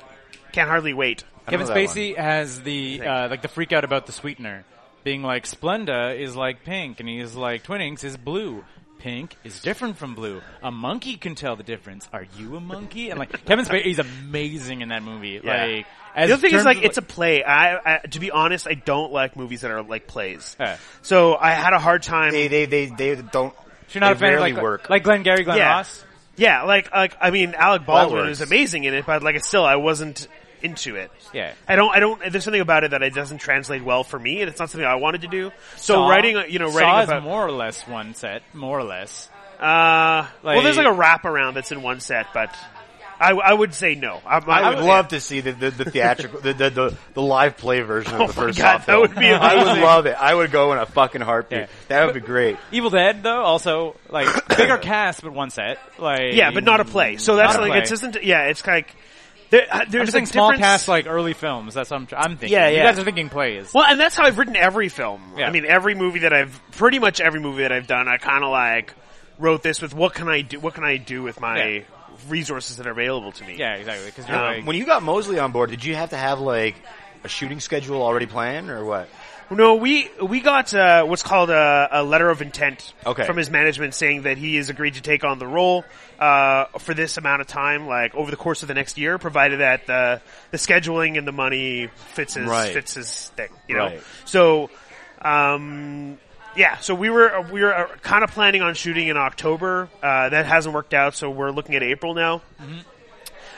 S2: Can't Hardly Wait.
S3: Kevin
S4: know that one.
S3: Spacey has the uh, like the freak out about the sweetener, being like Splenda is like pink, and he's like Twinnings is blue. Pink is different from blue. A monkey can tell the difference. Are you a monkey? And like Kevin Spacey, he's amazing in that movie.
S2: Yeah.
S3: Like as
S2: the other thing is
S3: terms
S2: like
S3: of,
S2: it's a play. I, I to be honest, I don't like movies that are like plays.
S3: Yeah.
S2: So I had a hard time.
S4: They they they, they don't.
S3: If you're not a
S4: they
S3: fan of
S4: rarely
S3: like,
S4: work.
S3: like Glenn Gary, Glenn
S2: Yeah.
S3: Ross.
S2: Yeah, like like I mean, Alec Baldwin
S4: works.
S2: is amazing in it, but like still, I wasn't into it.
S3: Yeah.
S2: I don't. I don't. There's something about it that it doesn't translate well for me, and it's not something I wanted to do. So
S3: Saw.
S2: writing, uh, you know,
S3: Saw
S2: writing
S3: is
S2: about.
S3: more or less one set, more or less.
S2: uh, well, there's
S3: like-
S2: like a wraparound that's in one set, but I, I would say no. I,
S4: I would love to see the the, the theatrical the, the the the live play version
S2: Oh
S4: of the
S2: my
S4: first
S2: God,
S4: Saw
S2: that
S4: film.
S2: would be
S4: I would
S2: amazing.
S4: love it. I would go in a fucking heartbeat.
S3: Yeah.
S4: That would be great.
S3: Evil Dead though, also like bigger cast, but one set. Like
S2: Yeah, but not a play. So that's
S3: Not a
S2: like
S3: play.
S2: it isn't. Yeah, it's like there, uh,
S3: I'm
S2: there's
S3: just
S2: a
S3: thinking small
S2: difference-
S3: cast, like early films. That's what I'm, tr- I'm thinking.
S2: Yeah,
S3: You
S2: yeah.
S3: guys are thinking plays.
S2: Well, and that's how I've written every film.
S3: Yeah.
S2: I mean, every movie that I've, pretty much every movie that I've done, I kind of like wrote this with what can I do? What can I do with my
S3: Yeah.
S2: resources that are available to me?
S3: Yeah, exactly. Because you're
S4: Um,
S3: like,
S4: when you got Mosley on board, did you have to have like a shooting schedule already planned or what?
S2: No, we we got uh, what's called a, a letter of intent
S4: Okay.
S2: from his management saying that he has agreed to take on the role uh, for this amount of time, like over the course of the next year, provided that the the scheduling and the money fits his
S4: Right.
S2: fits his thing. You know,
S4: Right.
S2: so um, yeah, so we were we were kind of planning on shooting in October. Uh, that hasn't worked out, so we're looking at April now.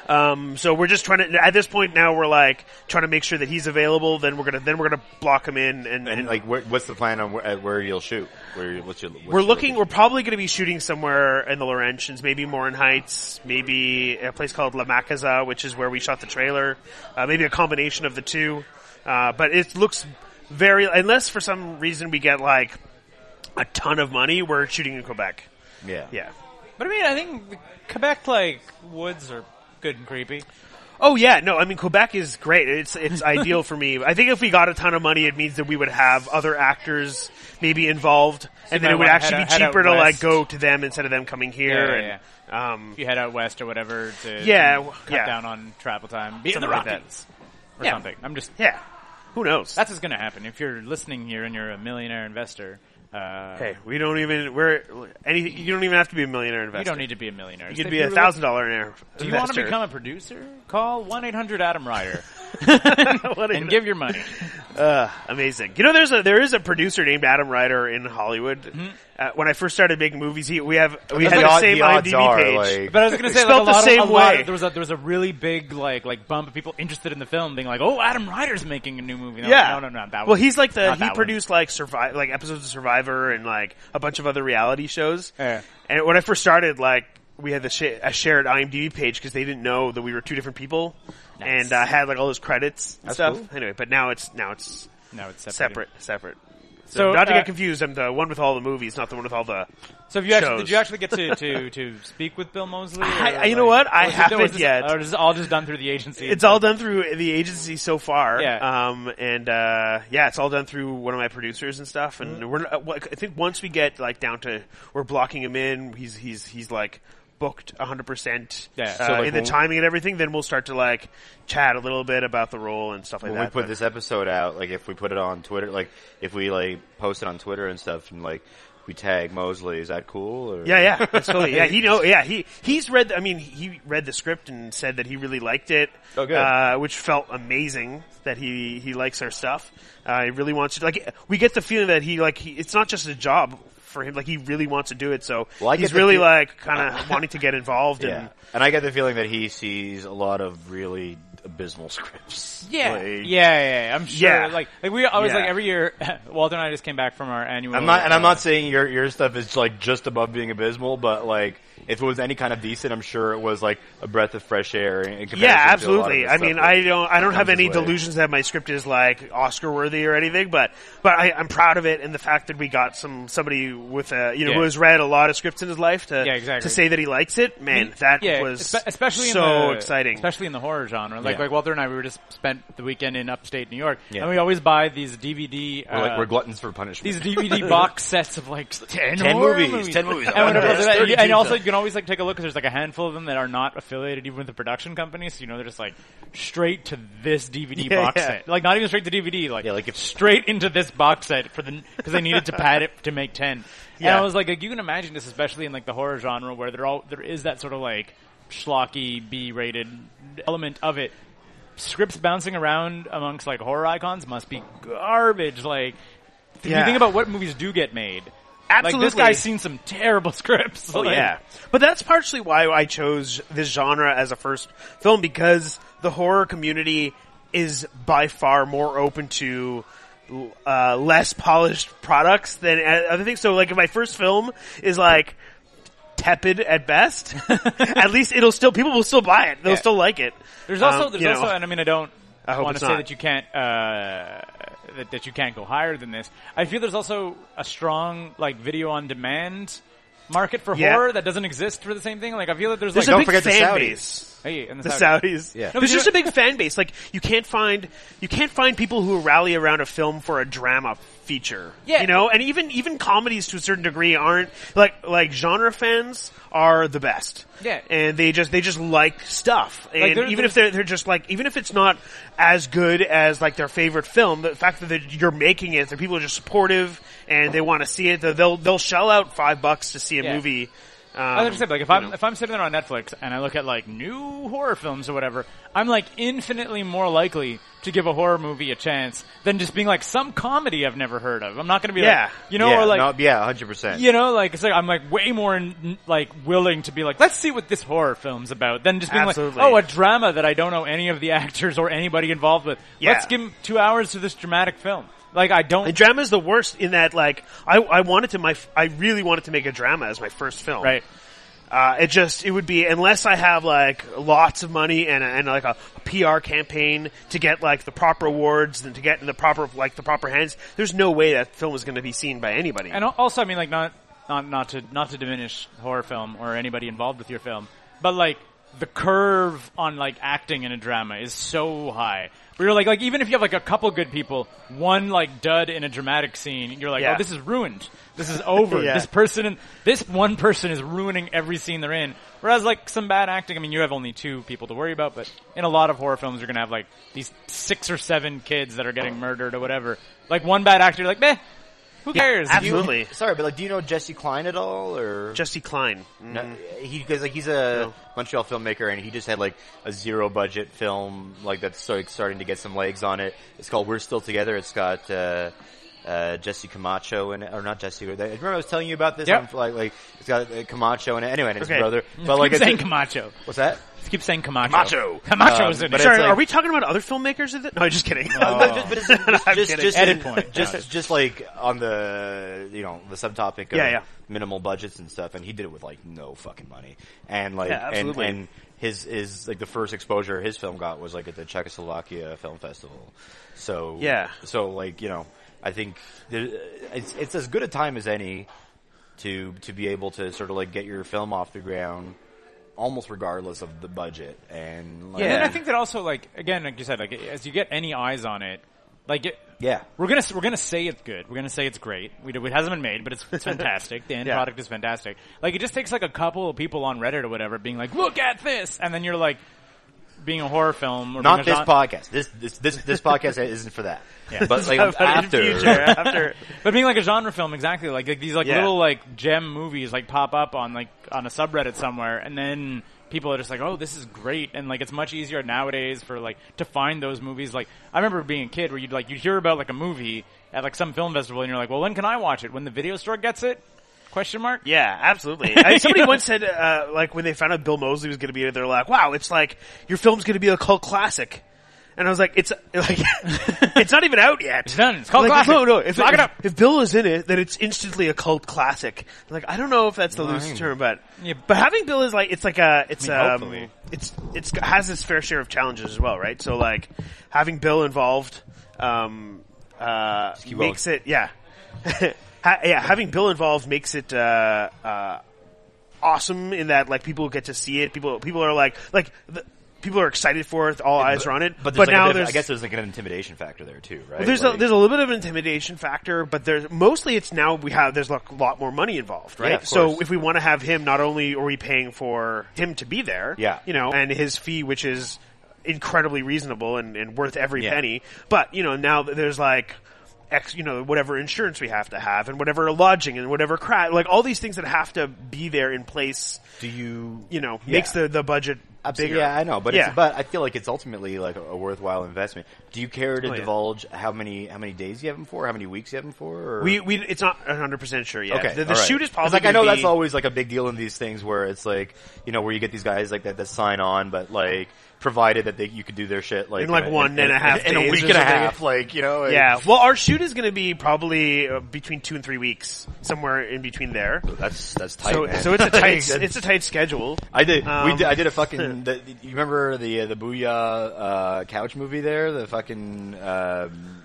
S2: Um, so we're just trying to at this point now we're like trying to make sure that he's available. Then we're gonna then we're gonna block him in and,
S4: And like, where, what's the plan on where, at where you'll shoot? Where what's your? What's
S2: we're
S4: your
S2: looking. We're probably gonna be shooting somewhere in the Laurentians, maybe Morin Heights, maybe a place called La Macaza, which is where we shot the trailer. Uh, maybe a combination of the two. Uh, but it looks very unless for some reason we get like a ton of money, we're shooting in Quebec.
S4: Yeah.
S2: Yeah.
S3: but I mean, I think the Quebec like woods are good and creepy.
S2: Oh yeah, no, I mean Quebec is great. It's it's ideal for me. I think if we got a ton of money, it means that we would have other actors maybe involved, and
S3: might
S2: then it would
S3: wanna
S2: actually
S3: head
S2: be
S3: out- head out
S2: cheaper to like
S3: west.
S2: go to them instead of them coming here.
S3: Yeah, yeah,
S2: and, Um,
S3: If you head out west or whatever to
S2: Yeah,
S3: to
S2: w-
S3: cut
S2: yeah.
S3: down on travel time,
S2: in the
S3: something like that.
S2: Rockies.
S3: or
S2: Yeah.
S3: something. I'm just
S2: yeah, who knows?
S3: that's what's gonna happen if you're listening here and you're a millionaire investor. Uh,
S2: hey, we don't even we're any. You don't even have to be a millionaire investor.
S3: you don't need to be a millionaire.
S2: You could
S3: If
S2: be a
S3: you're-
S2: thousand dollar investor.
S3: Do you want to become a producer? Call one eight hundred Adam Ryder
S2: What do you
S3: and
S2: know?
S3: give your money.
S2: Uh, amazing. You know, there's a there is a producer named Adam Ryder in Hollywood.
S3: Mm-hmm.
S2: Uh, when I first started making movies, he we have we had
S4: the,
S2: the
S4: odd-
S2: same
S4: the odds
S2: IMDb
S4: are,
S2: page.
S4: like,
S3: But I was gonna say like a
S2: Spelt the
S3: lot,
S2: same
S3: of, a lot
S2: way.
S3: of- there was a, there was a really big like like bump of people interested in the film being like, oh, Adam Ryder's making a new movie. And I'm
S2: Yeah,
S3: like, no, no, not that one.
S2: Well, he's like the
S3: Not that
S2: he
S3: one.
S2: produced like survive like episodes of Survivor and like a bunch of other reality shows.
S3: Yeah.
S2: And when I first started, like we had the sh- a shared IMDb page because they didn't know that we were two different people, and uh, had like all those credits and stuff. Anyway, but now it's now it's
S3: no, it's
S2: separate, separate.
S3: So,
S2: So not to
S3: uh,
S2: get confused, I'm the one with all the movies, not the one with all the.
S3: So have you actually,
S2: shows.
S3: did you actually get to, to, to speak with Bill Mosley? or,
S2: I- I- you know what? I
S3: or is it- no,
S2: haven't
S3: is this-
S2: yet.
S3: Or is it all just done through the agency?
S2: It's all done through the agency so far.
S3: Yeah.
S2: Um, and, uh, yeah, it's all done through one of my producers and stuff. And we're, uh, what- I think once we get, like, down to, we're blocking him in, he's, he's, he's like, booked 100%
S3: Yeah.
S2: uh,
S3: So,
S4: like,
S2: in the
S4: when-
S2: timing and everything, then we'll start to, like, chat a little bit about the role and stuff like
S4: when we
S2: that.
S4: put
S2: But-
S4: this episode out, like if we put it on Twitter, like if we like post it on Twitter and stuff, and like we tag Mosley, is that cool? Or?
S2: Yeah, yeah, absolutely. Yeah, he know. Yeah, he he's read. I mean, he read the script and said that he really liked it.
S4: Oh, good.
S2: Uh, which felt amazing that he he likes our stuff. Uh, he really wants to like. We get the feeling that he like. He, it's not just a job for him. Like he really wants to do it. So
S4: Well, I get
S2: he's
S4: the
S2: really
S4: feel-
S2: like kind of wanting to get involved.
S4: Yeah,
S2: And
S4: and I get the feeling that he sees a lot of really abysmal scripts.
S3: Yeah.
S4: Like,
S3: yeah, yeah, yeah, I'm sure.
S2: Yeah.
S3: Like, like we always
S2: Yeah.
S3: like every year. Walter and I just came back from our annual.
S4: I'm not, and I'm
S3: uh,
S4: not saying your your stuff is like just above being abysmal, but like if it was any kind of decent, I'm sure it was like a breath of fresh air. In in comparison
S2: yeah,
S4: to a lot of
S2: absolutely.
S4: the
S2: I
S4: stuff
S2: mean,
S4: that-
S2: I don't, I don't have
S4: comes
S2: any
S4: his way.
S2: delusions that my script is like Oscar worthy or anything, but, but I, I'm proud of it and the fact that we got some, somebody with a, you know,
S3: Yeah.
S2: who has read a lot of scripts in his life to,
S3: Yeah, exactly.
S2: to say that he likes it, man, that
S3: yeah,
S2: was
S3: espe- especially
S2: so
S3: in the,
S2: exciting.
S3: especially in the horror genre. Like,
S4: Yeah.
S3: like Walter and I, we were just spent the weekend in upstate New York,
S4: Yeah.
S3: and we always buy these DVD.
S4: we're, like,
S3: uh,
S4: we're gluttons for
S3: these
S4: punishment.
S3: DVD box sets of like ten,
S4: 10
S3: horror
S4: movies, 10 movies.
S3: and, whatever
S4: There's
S3: else that-
S4: 32
S3: and also
S4: films.
S3: you can always like take a look because there's like a handful of them that are not affiliated even with the production company, so you know they're just like straight to this DVD
S2: Yeah,
S3: box
S2: yeah.
S3: set, like not even straight to DVD, like
S4: Yeah, like if-
S3: straight into this box set for the because they needed to pad it to make ten. And
S2: Yeah.
S3: I was like, like, you can imagine this, especially in like the horror genre where there all there is that sort of like schlocky B-rated element of it scripts bouncing around amongst like horror icons must be garbage. Like, if you
S2: Yeah.
S3: think about what movies do get made, like this
S2: Absolutely.
S3: guy's seen some terrible scripts.
S2: Oh yeah, but that's partially why I chose this genre as a first film because the horror community is by far more open to uh, less polished products than other things. So, like, my first film is like tepid at best. at least it'll still people will still buy it. They'll
S3: Yeah.
S2: still like it.
S3: There's also
S2: Um,
S3: there's
S2: you
S3: also,
S2: know.
S3: and I mean, I don't
S2: I hope
S3: want to
S2: it's
S3: say
S2: not.
S3: that you can't uh, that that you can't go higher than this. I feel there's also a strong like video on demand market for
S2: Yeah.
S3: horror that doesn't exist for the same thing. Like I feel that there's,
S2: There's
S3: like oh,
S2: a
S4: don't
S2: big
S4: forget the
S2: fan
S4: Saudis.
S2: base.
S3: hey, and the
S2: the
S3: Saudi-
S2: Saudis.
S4: Yeah.
S3: No, but
S2: there's
S3: you
S2: just
S3: know-
S2: a big fan base. Like you can't find you can't find people who rally around a film for a drama feature.
S3: Yeah.
S2: you know, and even even comedies to a certain degree aren't like like genre fans are the best.
S3: Yeah.
S2: and they just they just like stuff, and
S3: there-
S2: even
S3: there's-
S2: if they're they're just like even if it's not as good as like their favorite film, the fact that they're- you're making it, that people are just supportive and they want to see it, they'll they'll shell out five bucks to see a
S3: Yeah.
S2: movie. Um,
S3: I was gonna say, like, if I'm if I'm sitting there on Netflix and I look at like new horror films or whatever, I'm like infinitely more likely to give a horror movie a chance than just being like some comedy I've never heard of. I'm not gonna be
S2: Yeah.
S3: like, you know,
S4: yeah,
S3: or like,
S4: no, yeah, hundred percent.
S3: you know, like it's like I'm like way more in, like willing to be like, let's see what this horror film's about than just being
S2: Absolutely.
S3: like, oh, a drama that I don't know any of the actors or anybody involved with.
S2: Yeah.
S3: Let's give 'em two hours to this dramatic film. Like I don't.
S2: And drama is the worst in that, like, I, I wanted to my, f- I really wanted to make a drama as my first film.
S3: Right.
S2: Uh, it just, it would be, unless I have like lots of money and, a- and like a PR campaign to get like the proper awards and to get in the proper, like the proper hands, there's no way that film is going to be seen by anybody.
S3: And al- also, I mean, like, not, not, not to, not to diminish horror film or anybody involved with your film, but like, the curve on like acting in a drama is so high. Where you're like, like, even if you have like a couple good people, one like dud in a dramatic scene, you're like,
S2: Yeah.
S3: oh, this is ruined. This is over.
S2: Yeah.
S3: This person, this one person is ruining every scene they're in. Whereas like some bad acting, I mean, you have only two people to worry about, but in a lot of horror films, you're gonna have like these six or seven kids that are getting murdered or whatever. Like one bad actor, you're like, meh, Who cares?
S2: Yeah, absolutely.
S4: Sorry, but like, do you know Jesse Klein at all, or
S2: Jesse Klein.
S4: No, he because like he's a Montreal filmmaker and he just had like a zero budget film like that's so like, starting to get some legs on it. It's called We're Still Together. It's got uh, uh, Jesse Camacho and or not Jesse. Remember I was telling you about this?
S3: Yep.
S4: Um, Like like it's got uh, Camacho and anyway and his
S2: Okay.
S4: brother. But
S3: Keep
S4: like
S3: saying
S4: it's,
S3: Camacho.
S4: what's that?
S3: Let's keep saying Camacho.
S4: Camacho.
S3: Camacho
S4: Um,
S3: is in
S4: but
S3: it.
S4: it's
S2: Sorry,
S4: like-
S2: are we talking about other filmmakers? Of it? No, I'm just kidding.
S4: but just, but it's-
S2: Oh. I'm
S4: just,
S2: kidding.
S4: just-
S3: Edit point.
S4: Just,
S3: Yeah.
S4: just like on the you know the subtopic of
S2: Yeah, yeah.
S4: minimal budgets and stuff, and he did it with like no fucking money, and like
S2: Yeah,
S4: and,
S2: absolutely.
S4: and his his like the first exposure his film got was like at the Czechoslovakia Film Festival, so
S2: Yeah.
S4: so like you know I think there, it's it's as good a time as any to to be able to sort of like get your film off the ground. Almost regardless of the budget, and like,
S3: And then I think that also, like, again, like you said, like, as you get any eyes on it, like, it,
S4: yeah,
S3: We're gonna we're gonna say it's good. We're gonna say it's great. We do, it hasn't been made, but it's, it's fantastic. The end
S2: Yeah.
S3: product is fantastic. Like it just takes like a couple of people on Reddit or whatever being like, "Look at this," and then you're like, being a horror film or
S4: not
S3: being a
S4: this
S3: gen-
S4: podcast. This this this this podcast isn't for that. But like
S2: But in
S4: after,
S2: future, after
S3: but being like a genre film exactly. Like, like these like
S2: Yeah.
S3: little like gem movies like pop up on like on a subreddit somewhere, and then people are just like, "Oh, this is great," and like it's much easier nowadays for like to find those movies. Like I remember being a kid where you'd like you'd hear about like a movie at like some film festival, and you're like, "Well, when can I watch it? When the video store gets it?" Question mark.
S2: Yeah, absolutely. I, somebody once said, uh, like, when they found out Bill Mosley was going to be there, they're like, "Wow, it's like your film's going to be a cult classic." And I was like, "It's like, it's not even out yet. It's
S3: done. It's called classic.
S2: No, no. If,
S3: Lock it
S2: if-
S3: up.
S2: if Bill is in it, then it's instantly a cult classic. Like, I don't know if that's the loose term, but
S3: Yeah.
S2: but having Bill is like, it's like a, it's
S3: I mean,
S2: um,
S3: hopefully.
S2: it's it's has its fair share of challenges as well, right? So like, having Bill involved, um, uh,
S4: keep going.
S2: makes it, yeah. Ha- yeah, having Bill involved makes it uh, uh, awesome in that like people get to see it. People people are like like the, people are excited for it. All eyes are on it. But,
S4: but, there's, like, a
S2: now
S4: bit of-
S2: there's
S4: I guess there's like an intimidation factor there too, right?
S2: there's
S4: like,
S2: a, there's a little bit of intimidation factor, but there's mostly it's now we have there's like a lot more money involved, right?
S4: Yeah, of
S2: so
S4: course.
S2: if we want to have him, not only are we paying for him to be there,
S4: Yeah.
S2: you know, and his fee, which is incredibly reasonable and, and worth every
S4: Yeah.
S2: penny, but you know now that there's like. X, you know, whatever insurance we have to have, and whatever lodging, and whatever crap, like all these things that have to be there in place,
S4: do you
S2: you know, makes the the budget
S4: Absolutely.
S2: bigger.
S4: Yeah, I know, but
S2: Yeah.
S4: it's, but I feel like it's ultimately like a, a worthwhile investment. Do you care to
S2: Oh, yeah.
S4: divulge how many how many days you have him for, how many weeks you have him for? Or?
S2: we we it's not 100 percent sure yet.
S4: Okay,
S2: the, the
S4: all right.
S2: shoot is
S4: It's
S2: probably
S4: like I know
S2: gonna
S4: that's
S2: be-
S4: always like a big deal in these things where it's like you know where you get these guys like that that sign on, but like provided that they, you could do their shit like
S2: In, like, one and a half
S4: in,
S2: days
S4: a week
S2: or
S4: and a
S2: something.
S4: half, like you know, like-
S2: Yeah, well, our shoot is going to be probably uh, between two and three weeks, somewhere in between there.
S4: That's that's tight.
S2: So,
S4: man.
S2: so it's a tight,
S4: That's-
S2: it's a tight schedule.
S4: I did. we
S2: Um,
S4: did. I did a fucking. The, you remember the uh, the Booyah uh, couch movie there? The fucking um,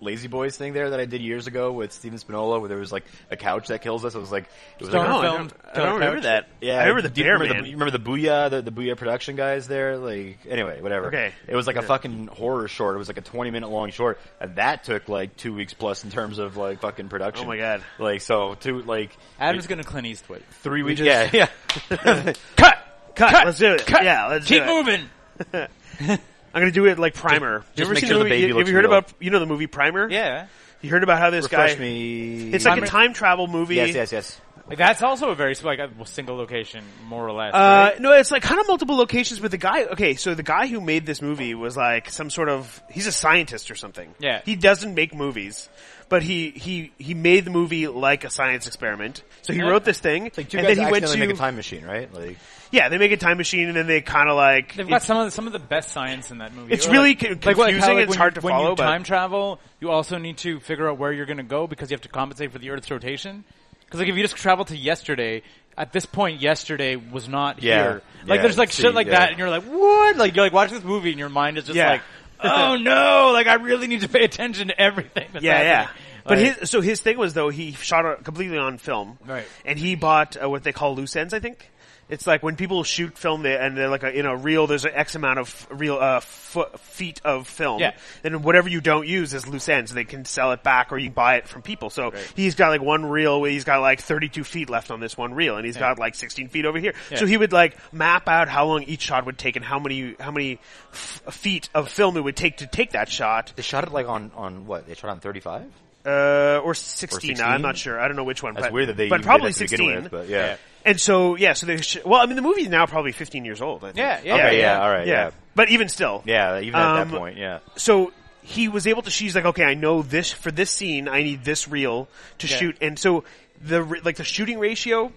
S4: Lazy Boys thing there that I did years ago with Steven Spinola, where there was like a couch that kills us. It was like it was
S3: Stoner
S4: like,
S2: No, I
S3: film,
S2: don't, I
S3: killer
S2: don't remember
S3: couch.
S2: that.
S4: yeah,
S2: I remember the
S4: do you
S2: bear
S4: remember
S2: man.
S4: The, you remember the Booyah, the, the Booyah production guys there? Like, anyway, whatever.
S2: Okay.
S4: It was like a fucking horror short. It was like a 20 minute long short. And that took like two weeks plus in terms of like fucking production.
S2: Oh my God.
S4: Like, so two, like,
S3: Adam's gonna Clint Eastwood.
S4: three weeks. Yeah, yeah.
S3: Cut.
S2: Cut, let's do it. Yeah, let's
S3: keep
S2: do it.
S3: moving.
S2: I'm going to do it like Primer. you ever
S4: make
S2: seen
S4: sure
S2: the movie?
S4: the baby
S2: you, have
S4: looks
S2: you heard
S4: real.
S2: about you know the movie Primer?
S3: Yeah,
S2: You heard about how this
S4: Refresh
S2: guy?
S4: me.
S2: It's like a
S3: Primer-
S2: time travel movie.
S4: Yes, yes, yes.
S3: like that's also a very like a single location, more or less.
S2: Uh,
S3: right?
S2: no, it's like kind of multiple locations, but the guy, okay, so the guy who made this movie was like some sort of, he's a scientist or something.
S3: Yeah.
S2: He doesn't make movies, but he, he, he made the movie like a science experiment. So he
S3: Yeah.
S2: wrote this thing,
S4: Like two
S2: and
S4: guys
S2: then he went to,
S4: make a time machine, right? Like
S2: yeah, they make a time machine and then they kind of like,
S3: They've got
S2: it's-
S3: some of the, some of the best science in that movie.
S2: It's
S3: Or,
S2: really
S3: like,
S2: co-
S3: like, what-
S2: confusing,
S3: how, like,
S2: it's
S3: when
S2: hard
S3: you-
S2: to
S3: When
S2: follow,
S3: you
S2: but-
S3: time travel, you also need to figure out where you're going to go because you have to compensate for the Earth's rotation. Because like if you just travel to yesterday, at this point, yesterday was not
S4: Yeah.
S3: here. Like
S4: Yeah,
S3: there's like
S4: see,
S3: shit like
S4: yeah.
S3: that, and you're like, what? Like you like watch this movie, and your mind is just
S2: Yeah.
S3: like, oh no! Like I really need to pay attention to everything. That's
S2: yeah, yeah.
S3: happening.
S2: But
S3: Like-
S2: his, so his thing was though, he shot it completely on film.
S3: Right.
S2: And he bought uh, what they call loose ends, I think. It's like when people shoot film they, and they're like a, in a reel, there's an X amount of real, uh, fo- feet of film.
S3: Yeah.
S2: And whatever you don't use is loose ends. They can sell it back or you buy it from people. So he's got like one reel where he's got like 32 feet left on this one reel and he's got like 16 feet over here. So he would like map out how long each shot would take and how many, how many f- feet of film it would take to take that shot.
S4: they shot it like on on what? They shot on thirty five.
S2: uh, or 16,
S4: 16?
S2: I'm not sure. I don't know which one.
S4: That's
S2: but,
S4: weird that they
S2: but
S4: even
S2: probably
S4: did that to
S2: 16.
S4: begin with, but yeah.
S2: And so, yeah, so they, sh- well, I mean, the movie is now probably 15 years old, I think.
S3: Yeah, yeah,
S4: Okay, yeah, all right, yeah.
S2: But even still.
S4: Yeah, even at
S2: Um,
S4: that point, yeah.
S2: So he was able to, she's like, okay, I know this, for this scene, I need this reel to shoot. And so the, re- like the shooting ratio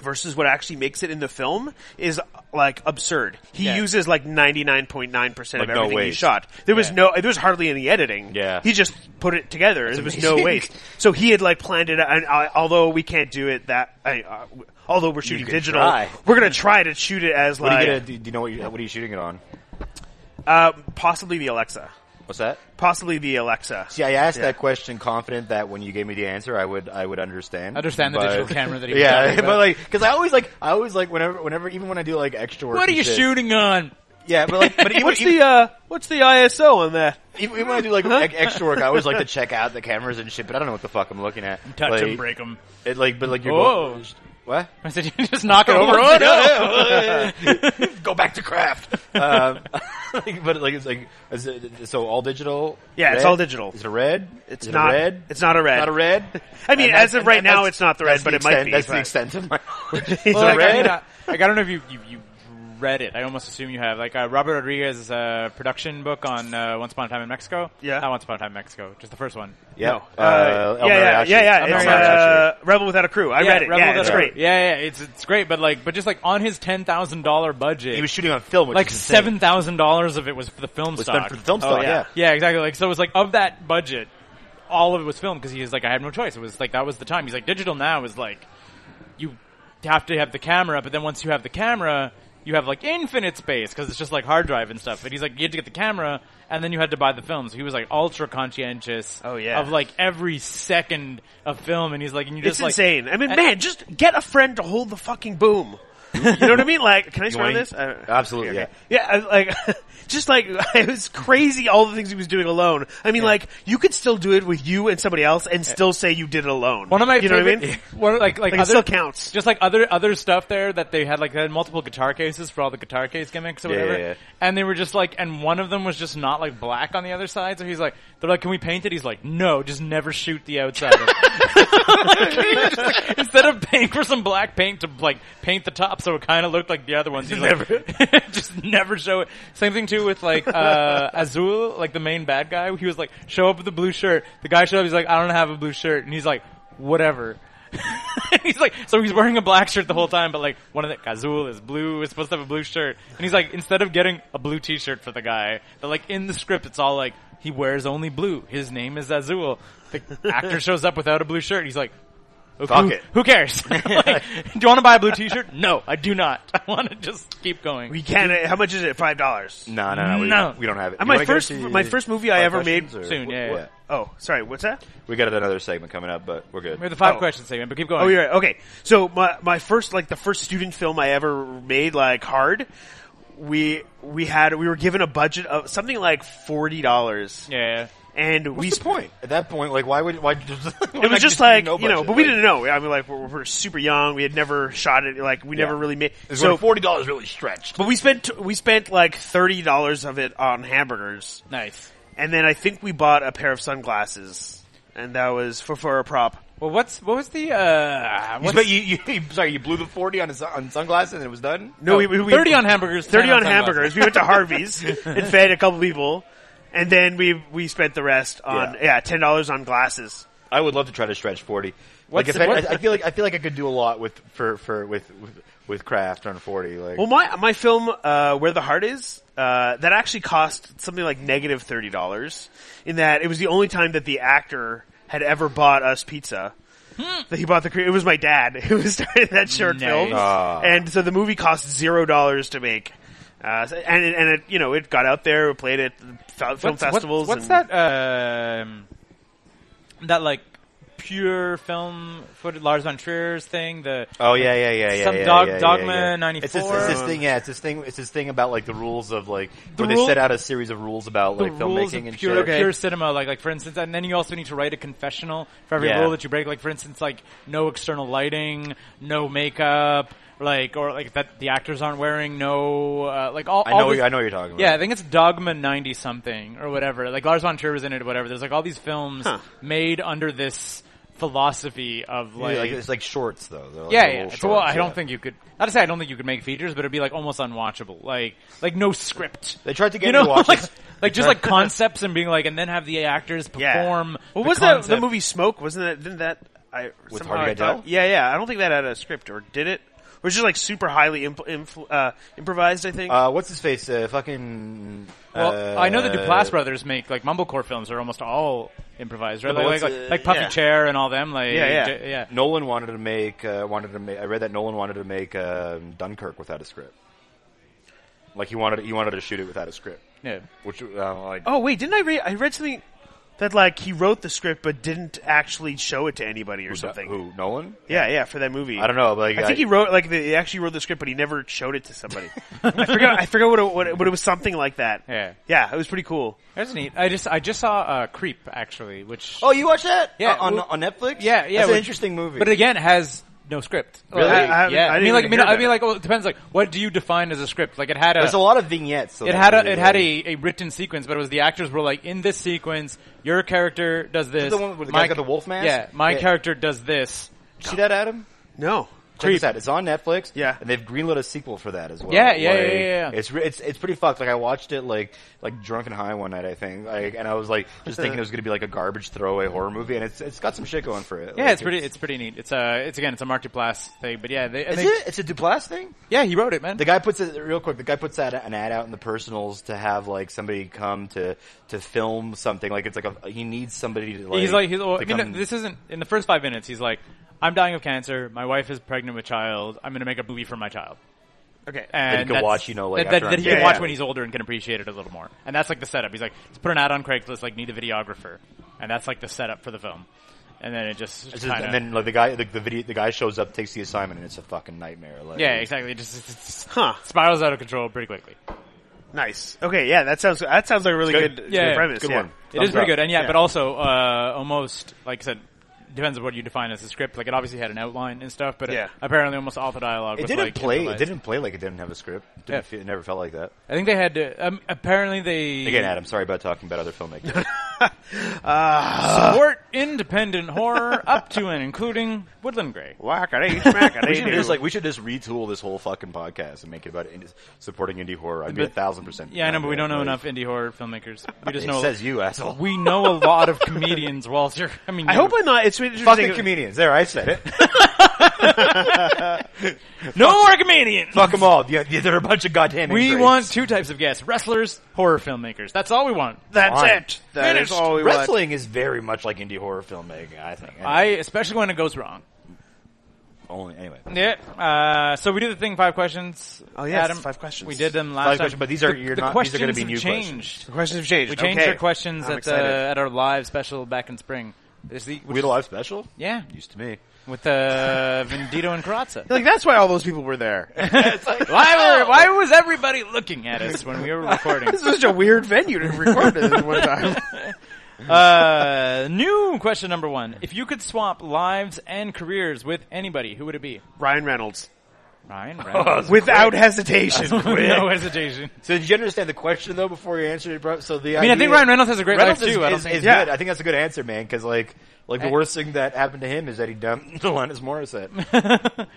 S2: versus what actually makes it in the film is like absurd. He
S3: Yeah.
S2: uses like 99.9% of
S4: Like, no
S2: everything he
S4: waste.
S2: shot. There was
S3: Yeah.
S2: no, there was hardly any editing.
S4: Yeah.
S2: He just put it together. there was no
S4: amazing.
S2: waste. So he had like planned it, and uh, although we can't do it that, I, uh, w- although we're shooting
S4: could
S2: digital,
S4: try.
S2: we're gonna try to shoot it as
S4: What are you
S2: like,
S4: gonna, do do you know what, you, what are you shooting it on?
S2: uh, possibly the Alexa.
S4: What's that?
S2: Possibly the Alexa.
S4: See, I asked that question confident that when you gave me the answer, I would I would understand.
S3: Understand the
S4: but-
S3: digital camera that he was
S4: yeah,
S3: talking about.
S4: but like, because I always like, I always like whenever, whenever, even when I do like extra work.
S3: What are
S4: and
S3: you
S4: shit-
S3: shooting on?
S4: Yeah, but like, but even,
S2: What's
S4: even,
S2: the uh, what's the ISO on that?
S4: even, even when I do like e- extra work, I always like to check out the cameras and shit. But I don't know what the fuck I'm looking at.
S3: Touch
S4: like,
S3: him, break him.
S4: It like, but like you're
S3: Whoa.
S2: Oh.
S4: going- what?
S3: I said, you just knock it over.
S4: Oh,
S3: Oh, no.
S4: no. Go back to craft. Um, like, but like it's like is it, so all digital.
S2: Yeah, it's
S4: Red?
S2: all digital.
S4: Is it a red? It's
S2: not-
S4: a red.
S2: it's not a red.
S4: Not a red.
S2: I mean,
S4: And that's-
S2: as of
S4: and
S2: right
S4: that-
S2: now,
S4: that's-
S2: it's not the red,
S4: that's
S2: but
S4: the
S2: it might
S4: extent-
S2: be.
S4: That's
S2: but-
S4: the extent of my.
S2: It's
S3: Well,
S2: a
S3: like, I,
S2: red.
S3: mean, I- like, I don't know if you, you, you read it. I almost assume you have. Like uh, Robert Rodriguez's uh, production book on uh, Once Upon a Time in Mexico.
S2: Yeah.
S3: Not Once Upon a Time in Mexico, just the first one.
S4: Yeah.
S2: Uh, yeah, yeah, yeah, yeah.
S3: El
S2: It's
S4: Mariachi.
S2: uh, Rebel Without a Crew. I read it.
S3: Rebel
S2: yeah,
S3: Without
S2: it's
S3: a
S2: great.
S3: Doubt. Yeah, yeah, it's it's great, but like, but just like on his ten thousand dollar budget,
S4: He was shooting on film, which
S3: like
S4: is insane.
S3: seven thousand dollars of it was for the film
S4: Was
S3: stock.
S4: spent for the film
S2: Oh,
S4: stock, yeah.
S3: yeah, exactly. Like, so it was like of that budget, all of it was filmed because he was like, I had no choice. It was like that was the time. He's like, digital now is like, you have to have the camera, but then once you have the camera, you have like infinite space because it's just like hard drive and stuff. But he's like, you had to get the camera, and then you had to buy the film. So he was like ultra conscientious.
S2: Oh, yeah.
S3: of like every second of film, and he's like, and you
S2: It's
S3: just like,
S2: insane. I mean,
S3: and-
S2: man, just get a friend to hold the fucking boom. you know what I mean? Like, can I swear on
S4: Yoink. Ah,
S2: this? Uh, I don't-
S4: Absolutely,
S2: Okay, okay. Yeah, I, like, just like, it was crazy all the things he was doing alone. I mean, like, you could still do it with you and somebody else and still say you did it alone.
S3: One of my
S2: you know
S3: favorite,
S2: what I mean?
S3: one of, like
S2: Like,
S3: like,
S2: it
S3: other,
S2: still counts.
S3: Just like other other stuff there that they had like they had multiple guitar cases for all the guitar case gimmicks or
S4: Yeah,
S3: whatever,
S4: yeah, yeah.
S3: and they were just like, and one of them was just not like black on the other side. So he's like, they're like, can we paint it? He's like, no, just never shoot the outside. of it." Just, like, instead of paying for some black paint to like paint the top so it kind of looked like the other ones, he's like, just never show it. Same thing too with like uh Azul, like the main bad guy. He was like, show up with a blue shirt. The guy showed up. He's like, I don't have a blue shirt, and he's like, whatever. he's like, so he's wearing a black shirt the whole time, but like one of the Azul is blue. Is supposed to have a blue shirt, and he's like, instead of getting a blue T-shirt for the guy, but like in the script, it's all like he wears only blue. His name is Azul. The actor shows up without a blue shirt. He's like, Okay,
S4: Fuck
S3: who,
S4: it.
S3: who cares? Like, do you want to buy a blue T-shirt? No, I do not. I want to just keep going.
S2: We can, how much is it? Five dollars.
S4: No, no, no. We,
S3: No.
S4: we don't have it.
S2: And
S4: You
S2: Uh, my
S4: wanna go
S2: first-
S4: to
S2: my first movie I
S4: five
S2: ever made-
S4: questions, or-
S3: Soon, yeah,
S4: wh-
S3: yeah.
S4: wh-
S2: Oh, sorry, what's that?
S4: We got another segment coming up, but we're good.
S3: We have the five
S2: Oh.
S3: questions segment, but keep going.
S2: Oh, you're right. Okay. So my my first like the first student film I ever made like hard. We we had we were given a budget of something like forty dollars,
S3: Yeah.
S2: and we
S4: What's the
S2: sp-
S4: point at that point? Like, why would why? Just,
S2: it was just like you know, but we didn't know. I mean, like we're, we're super young. We had never shot it. Like we never really made. So,
S4: forty dollars really stretched.
S2: but we spent we spent like thirty dollars of it on hamburgers,
S3: Nice.
S2: and then I think we bought a pair of sunglasses, and that was for for a prop.
S3: Well, what's what was the uh?
S4: You,
S3: What's,
S4: but you, you, you- sorry, you blew the forty on his, on sunglasses and it was done.
S2: No, we, we, we
S3: Oh, thirty on hamburgers. 10
S2: thirty on
S3: sunglasses.
S2: hamburgers. We went to Harvey's and fed a couple people, and then we we spent the rest on yeah,
S4: Yeah.
S2: ten dollars on glasses.
S4: I would love to try to stretch forty.
S3: What's
S4: like, if
S3: the-
S4: I,
S3: what-
S4: I, I feel like I feel like I could do a lot with for for with with, with craft on forty. Like,
S2: Well, my my film uh, where the heart is uh, that actually cost something like negative thirty dollars. In that it was the only time that the actor had ever bought us pizza. That he bought the cre- it was my dad who was starting that short
S3: Nice.
S2: film,
S4: Ah.
S2: and so the movie cost zero dollars to make. Uh, so- and it, and it you know it got out there, we played at the fe- film
S3: What's,
S2: festivals.
S3: What's,
S2: and-
S3: what's that? Um, that like pure film footage, Lars von Trier's thing. The
S4: Oh yeah, yeah, yeah, yeah.
S3: Some
S4: yeah,
S3: dog-
S4: yeah, yeah,
S3: Dogma
S4: yeah.
S3: 94.
S4: It's this, it's this thing, yeah. It's this thing. It's this thing about like the rules of like
S3: The
S4: where they
S3: rule-
S4: set out a series of rules about
S3: the
S4: like
S3: rules
S4: filmmaking
S3: of
S4: and
S3: pure,
S4: shit.
S3: pure cinema, like like for instance, and then you also need to write a confessional for every
S4: Yeah.
S3: rule that you break. Like for instance, like no external lighting, no makeup, like or like that the actors aren't wearing no uh, like all.
S4: I
S3: all
S4: know,
S3: this-
S4: I know what you're talking about.
S3: Yeah, I think it's Dogma ninety something or whatever. Like Lars von Trier was in it, whatever. There's like all these films made under this philosophy of
S4: Like,
S3: like.
S4: like, it's like shorts though. They're like
S3: yeah,
S4: little
S3: yeah.
S4: Shorts,
S3: So, well, I
S4: yeah.
S3: don't think you could. Not to say I don't think you could make features, but it'd be like almost unwatchable. Like, like no script.
S4: they tried to get
S3: you know,
S4: me to watch
S3: like,
S4: this.
S3: like just like concepts and being like, and then have the actors
S2: Yeah.
S3: perform.
S2: What
S3: the
S2: was that? The
S3: concept.
S2: movie Smoke wasn't that? Didn't that? I
S4: With
S2: somehow
S4: Harvey
S2: I thought-
S4: Keitel?
S2: Yeah, yeah. I don't think that had a script, or did it? It was just like super highly impl- infl- uh, improvised. I think.
S4: Uh, what's his face? Uh, fucking.
S3: Well, I know the
S4: uh,
S3: Duplass brothers make like mumblecore films are almost all improvised, right?
S4: but
S3: Like, like,
S4: what's,
S3: like,
S4: uh,
S3: Puffy
S2: yeah.
S3: Chair and all them. Like,
S2: Yeah, yeah.
S3: j- yeah.
S4: Nolan wanted to make. Uh, wanted to make. I read that Nolan wanted to make um, Dunkirk without a script. Like he wanted. He wanted to shoot it without a script.
S3: Yeah.
S4: Which uh, like.
S2: oh wait, didn't I read? I read something that like he wrote the script but didn't actually show it to anybody or
S4: who-
S2: something.
S4: Who Nolan?
S2: Yeah, yeah. For that movie.
S4: I don't know. Like
S2: I think he wrote like the, he actually wrote the script, but he never showed it to somebody. I forgot. I forgot what it, what it, but it was something like that.
S3: Yeah.
S2: yeah, it was pretty cool.
S3: That's neat. I just I just saw uh, Creep actually, which
S4: Oh, you watched that?
S3: Yeah,
S4: Uh, on
S3: well-
S4: on Netflix.
S3: yeah yeah,
S4: That's
S3: which-
S4: an interesting movie.
S3: But again, has no script.
S4: Really?
S3: Like,
S2: I- I haven't-
S3: yeah.
S2: I
S3: I, mean,
S2: didn't
S3: like I
S2: even
S3: mean,
S2: hear
S3: I mean,
S2: that.
S3: like well, it depends. Like, what do you define as a script? Like, it had
S4: there's a lot of vignettes. so
S3: It
S4: that
S3: had a
S4: really
S3: it had
S4: is-
S3: a, a written sequence, but it was the actors were like, in this sequence, your character does this.
S4: the one where the
S3: my
S4: guy got the wolf mask?
S3: Yeah, my
S4: Yeah.
S3: character does this.
S4: See that, Adam?
S2: No,
S4: Check this out. It's on Netflix.
S2: Yeah.
S4: and they've greenlit a sequel for that as well.
S3: Yeah, yeah,
S4: Like,
S3: yeah, yeah, yeah.
S4: It's re- it's it's pretty fucked. Like I watched it like like drunk and high one night, I think. Like, and I was like just thinking it was gonna be like a garbage throwaway horror movie, and it's it's got some shit going for it.
S3: Yeah,
S4: Like,
S3: it's pretty. It's pretty neat. It's uh, it's again, it's a Mark Duplass thing, but yeah, they, and
S4: Is
S3: they,
S4: it? It's a Duplass thing.
S3: Yeah, he wrote it, man.
S4: The guy puts it real quick. The guy puts out an ad out in the personals to have like somebody come to to film something. Like it's like a, he needs somebody to like.
S3: he's like, he's,
S4: to
S3: well, I mean,
S4: come-
S3: this isn't in the first five minutes. He's like, I'm dying of cancer. My wife is pregnant with child. I'm going to make a movie for my child.
S2: okay.
S3: And
S4: he can
S3: that's-
S4: watch, you know,
S3: that,
S4: like,
S3: that,
S4: after
S3: that
S4: I'm
S3: he
S4: dead.
S3: can
S2: Yeah,
S3: watch
S2: yeah.
S3: when he's older and can appreciate it a little more. And that's like the setup. He's like, let's put an ad on Craigslist, like need a videographer, and that's like the setup for the film. And then it just
S4: It's just-
S3: kind
S4: and
S3: of
S4: then like the guy, the, the video, the guy shows up, takes the assignment, and it's a fucking nightmare. Like,
S3: yeah, exactly. It just, it just
S2: Huh.
S3: spirals out of control pretty quickly.
S2: Nice. Okay, yeah, that sounds that sounds like a really
S4: It's
S2: good,
S4: good.
S2: good
S3: Yeah, yeah.
S2: premise.
S4: Good
S2: yeah.
S4: one.
S3: It is
S4: Thumbs
S3: pretty
S4: up.
S3: good, and yeah,
S2: Yeah.
S3: but also uh, almost like I said, depends on what you define as a script. Like it obviously had an outline and stuff, but it-
S2: Yeah.
S3: apparently almost all the dialogue.
S4: It
S3: was,
S4: didn't
S3: like,
S4: play.
S3: improvised.
S4: It didn't play like it didn't have a script. Didn't
S3: Yeah.
S4: fe- it never felt like that.
S3: I think they had. To, um, apparently they
S4: Again, Adam, sorry about talking about other filmmakers.
S3: support independent horror up to and including Woodland Gray.
S2: Whack-a-dee, smack-a-dee,
S4: we should
S2: doo.
S4: just like we should just retool this whole fucking podcast and make it about ind- supporting indie horror. I'd be a
S3: But-
S4: thousand percent.
S3: Yeah, I know, but we don't know
S4: Like,
S3: enough indie horror filmmakers. We just
S4: It
S3: know
S4: says you asshole.
S3: we know a lot of comedians. Walter, I mean,
S2: I
S3: you.
S2: hope I'm not. It's interesting.
S4: fucking comedians. There, I said it.
S3: no more comedians.
S4: Fuck them all. Yeah, yeah, they're a bunch of goddamn.
S3: We
S4: ingrates.
S3: want two types of guests: wrestlers, horror filmmakers. That's all we want.
S2: That's
S4: Fine.
S2: it. That is
S3: Finished.
S2: all we want.
S4: Wrestling is very much like indie horror filmmaking. I think.
S3: I especially when it goes wrong.
S4: only anyway.
S3: Yeah. Uh, so we did the thing five questions.
S2: Oh, yes,
S3: Adam.
S2: five questions.
S3: We did them last
S4: Five
S3: time.
S4: questions, but these are-
S3: the,
S4: you're
S3: the
S4: not- these
S3: questions
S4: are gonna be
S3: have
S4: new
S3: changed.
S2: The questions have changed.
S3: We changed
S2: okay.
S3: our questions
S2: I'm
S3: at uh, the,
S2: excited.
S3: at our live special back in spring. There's the which
S4: We had a live special.
S3: yeah
S4: Used to me.
S3: with uh, Vendito and Carazza.
S2: Like that's why all those people were there.
S3: Why were why was everybody looking at us when we were recording?
S2: This was such a weird venue to record it in one time.
S3: Uh, new question number one: If you could swap lives and careers with anybody, who would it be?
S2: Ryan Reynolds,
S3: Ryan Reynolds.
S2: without hesitation.
S3: With no hesitation.
S4: So did you understand the question though before you answered it, bro? So the
S3: I mean, I think Ryan Reynolds has a great life
S4: is,
S3: too. I don't
S4: is-
S3: think
S4: is
S2: Yeah.
S4: good. I think that's a good answer, man. Because like, like the
S3: I-
S4: worst thing that happened to him is that he dumped Alanis Morissette.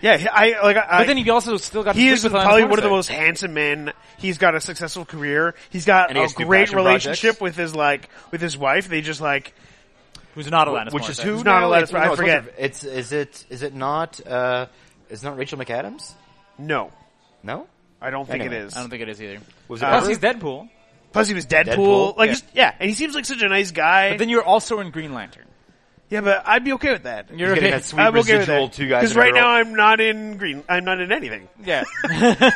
S2: yeah, I like. I,
S3: But then he also still got. to
S2: he
S3: sleep
S2: is
S3: with
S2: probably
S3: Alanis
S2: one of the
S3: Morissette.
S2: most handsome men. He's got a successful career. He's got
S4: And he
S2: a
S4: has two
S2: great
S4: passion
S2: relationship
S4: projects.
S2: with his like with his wife. They just like
S3: who's not Alanis
S4: which is
S3: Morissette.
S4: who?
S2: It's not
S4: now?
S2: Alanis- I
S4: it's
S2: forget.
S4: not- It's is it is it not uh is it not Rachel McAdams?
S2: no.
S4: No,
S2: I don't think
S4: Anyway,
S2: it is.
S3: I don't think it is either.
S4: was it?
S2: Uh,
S3: Plus,
S4: ever?
S3: he's Deadpool.
S2: Plus, he was Deadpool. Like,
S4: Deadpool?
S3: Yeah.
S2: yeah. Just, yeah, and he seems like such a nice guy.
S3: But then you're also in Green Lantern.
S2: yeah, but I'd be okay with that.
S3: You're
S4: He's getting
S3: okay.
S4: that sweet
S2: I'm okay with
S4: residual
S2: that.
S4: two guys. and a
S2: right
S4: girl.
S2: now I'm not in green. I'm not in anything.
S3: Yeah,
S2: So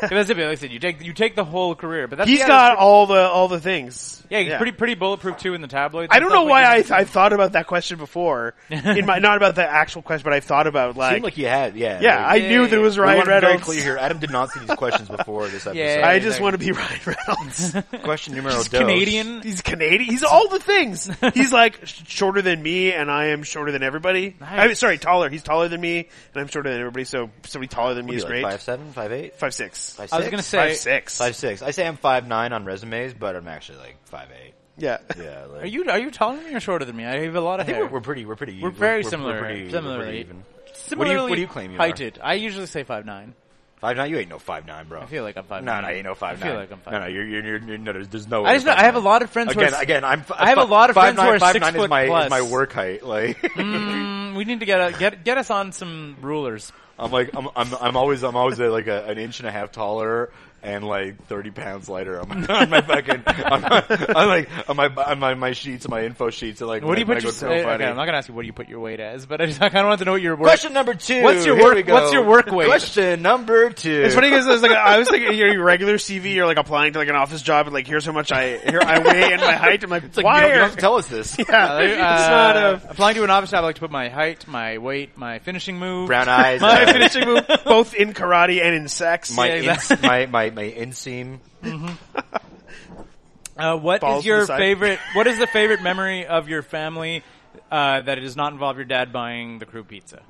S3: that's it. Like I said, you take you take the whole career, but that's
S2: he's
S3: yeah,
S2: got all the all the things.
S3: yeah, he's pretty pretty bulletproof too in the tabloids.
S2: I
S3: and
S2: don't
S3: stuff,
S2: know why I,
S3: like,
S2: th- I thought about that question before. in my not about the actual question, but I thought about like,
S4: Seemed like he had. Yeah.
S2: yeah, I
S4: Like,
S2: knew there was
S4: we wanna
S2: Ryan
S4: be Very
S2: Reynolds.
S4: clear here. Adam did not see these questions before this episode.
S3: Yeah.
S2: I just
S3: Exactly.
S2: want to be Ryan Reynolds.
S4: Question numero
S3: he's
S4: dos.
S3: Canadian.
S2: He's Canadian. He's all the things. He's like sh- shorter than me, and I am shorter than everybody. I mean, sorry, taller. He's taller than me, and I'm shorter than everybody. So somebody taller than me is great.
S4: Five seven, five eight,
S2: Five six.
S4: five six.
S3: I was gonna say,
S2: Five six.
S4: five six. I say I'm five nine on resumes, but I'm actually like five eight.
S2: Yeah.
S4: Yeah, like,
S3: are you are you taller than me or shorter than me? I have a lot of
S4: I think
S3: hair.
S4: we're, we're pretty. We're pretty.
S3: We're very
S4: we're
S3: similar.
S4: pretty- we're
S3: similarly,
S4: pretty even.
S3: Similarly
S4: what do you claim you are?
S3: heighted. I usually say five nine.
S4: Five nine. You ain't no five nine, bro.
S3: I feel like I'm five.
S4: No, no, you ain't no five
S3: I feel
S4: nine.
S3: like I'm five.
S4: No, no, you're, you're, you're, you're no. There's, there's no. way
S3: I just know
S4: you're
S3: I have a
S4: 5'9".
S3: lot of friends.
S4: Again,
S3: who are,
S4: again, I'm. f-
S3: I have a
S4: fi-
S3: lot of
S4: five
S3: friends who
S4: nine-
S3: are
S4: five
S3: six
S4: nine
S3: foot
S4: is my
S3: plus.
S4: is my work height. Like
S3: Mm, we need to get a, get get us on some rulers.
S4: I'm like I'm I'm I'm always I'm always uh like a, an inch and a half taller and like 30 pounds lighter on my, on my fucking on my, on like on my on my, my sheets, my info sheets. Are like
S3: What do you
S4: when
S3: put your?
S4: I
S3: eh,
S4: go so
S3: okay,
S4: funny.
S3: I'm not gonna ask you what do you put your weight as, but I just I kind of want to know what your work.
S4: Question number two.
S3: What's your
S4: Here
S3: work-
S4: we go.
S3: what's your work weight?
S4: Question number two.
S2: It's funny because like I was thinking your regular CV, you're like applying to like an office job, and like here's how much I here I weigh and my height. I'm like,
S4: It's like,
S2: why
S4: you don't, you
S2: are-
S4: don't have to tell us this.
S2: Yeah,
S3: Uh,
S2: it's not a
S3: applying to an office job. I like to put my height, my weight, my finishing move,
S4: Brown eyes.
S2: my
S4: uh,
S2: finishing move, both in karate and in sex.
S4: my,
S3: Yeah,
S4: ins-
S3: exactly.
S4: my my my inseam.
S3: Uh, what
S2: Balls to
S3: is
S2: the
S3: your
S2: side.
S3: favorite? What is the favorite memory of your family uh, that does not involve your dad buying the crew pizza?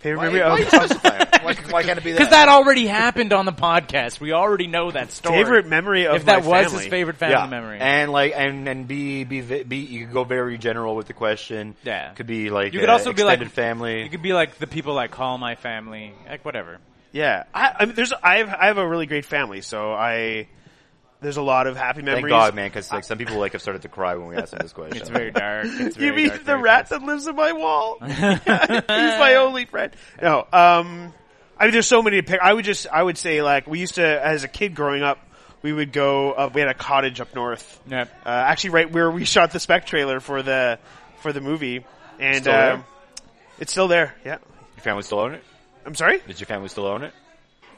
S2: favorite
S4: Why,
S2: movie
S4: why,
S2: of-
S4: you specify it? why, why can't it be that?
S3: Because that already happened on the podcast. We already know that story.
S2: favorite memory of
S3: if that
S2: my
S3: was
S2: family.
S3: his favorite family
S4: yeah.
S3: memory,
S4: And like and and be be ve- be you could go very general with the question.
S3: Yeah.
S4: Could be like
S3: you could
S4: uh,
S3: also be like
S4: extended family.
S3: You could be like the people I call my family, like whatever.
S2: Yeah, I, I mean, there's I have I have a really great family, so I there's a lot of happy
S4: Thank
S2: memories.
S4: God, man, because like some people like have started to cry when we asked them this question.
S3: It's very dark. It's very
S2: You mean
S3: dark,
S2: the
S3: very
S2: rat that lives in my wall? He's my only friend. No, um, I mean, there's so many to pick. I would just, I would say, like, we used to, as a kid growing up, we would go. Uh, we had a cottage up north.
S3: Yep.
S2: Uh, actually, right where we shot the spec trailer for the for the movie, and
S4: Still there?
S2: um, it's still there. Yeah.
S4: Your family still own it?
S2: I'm sorry.
S4: Did your family still own it?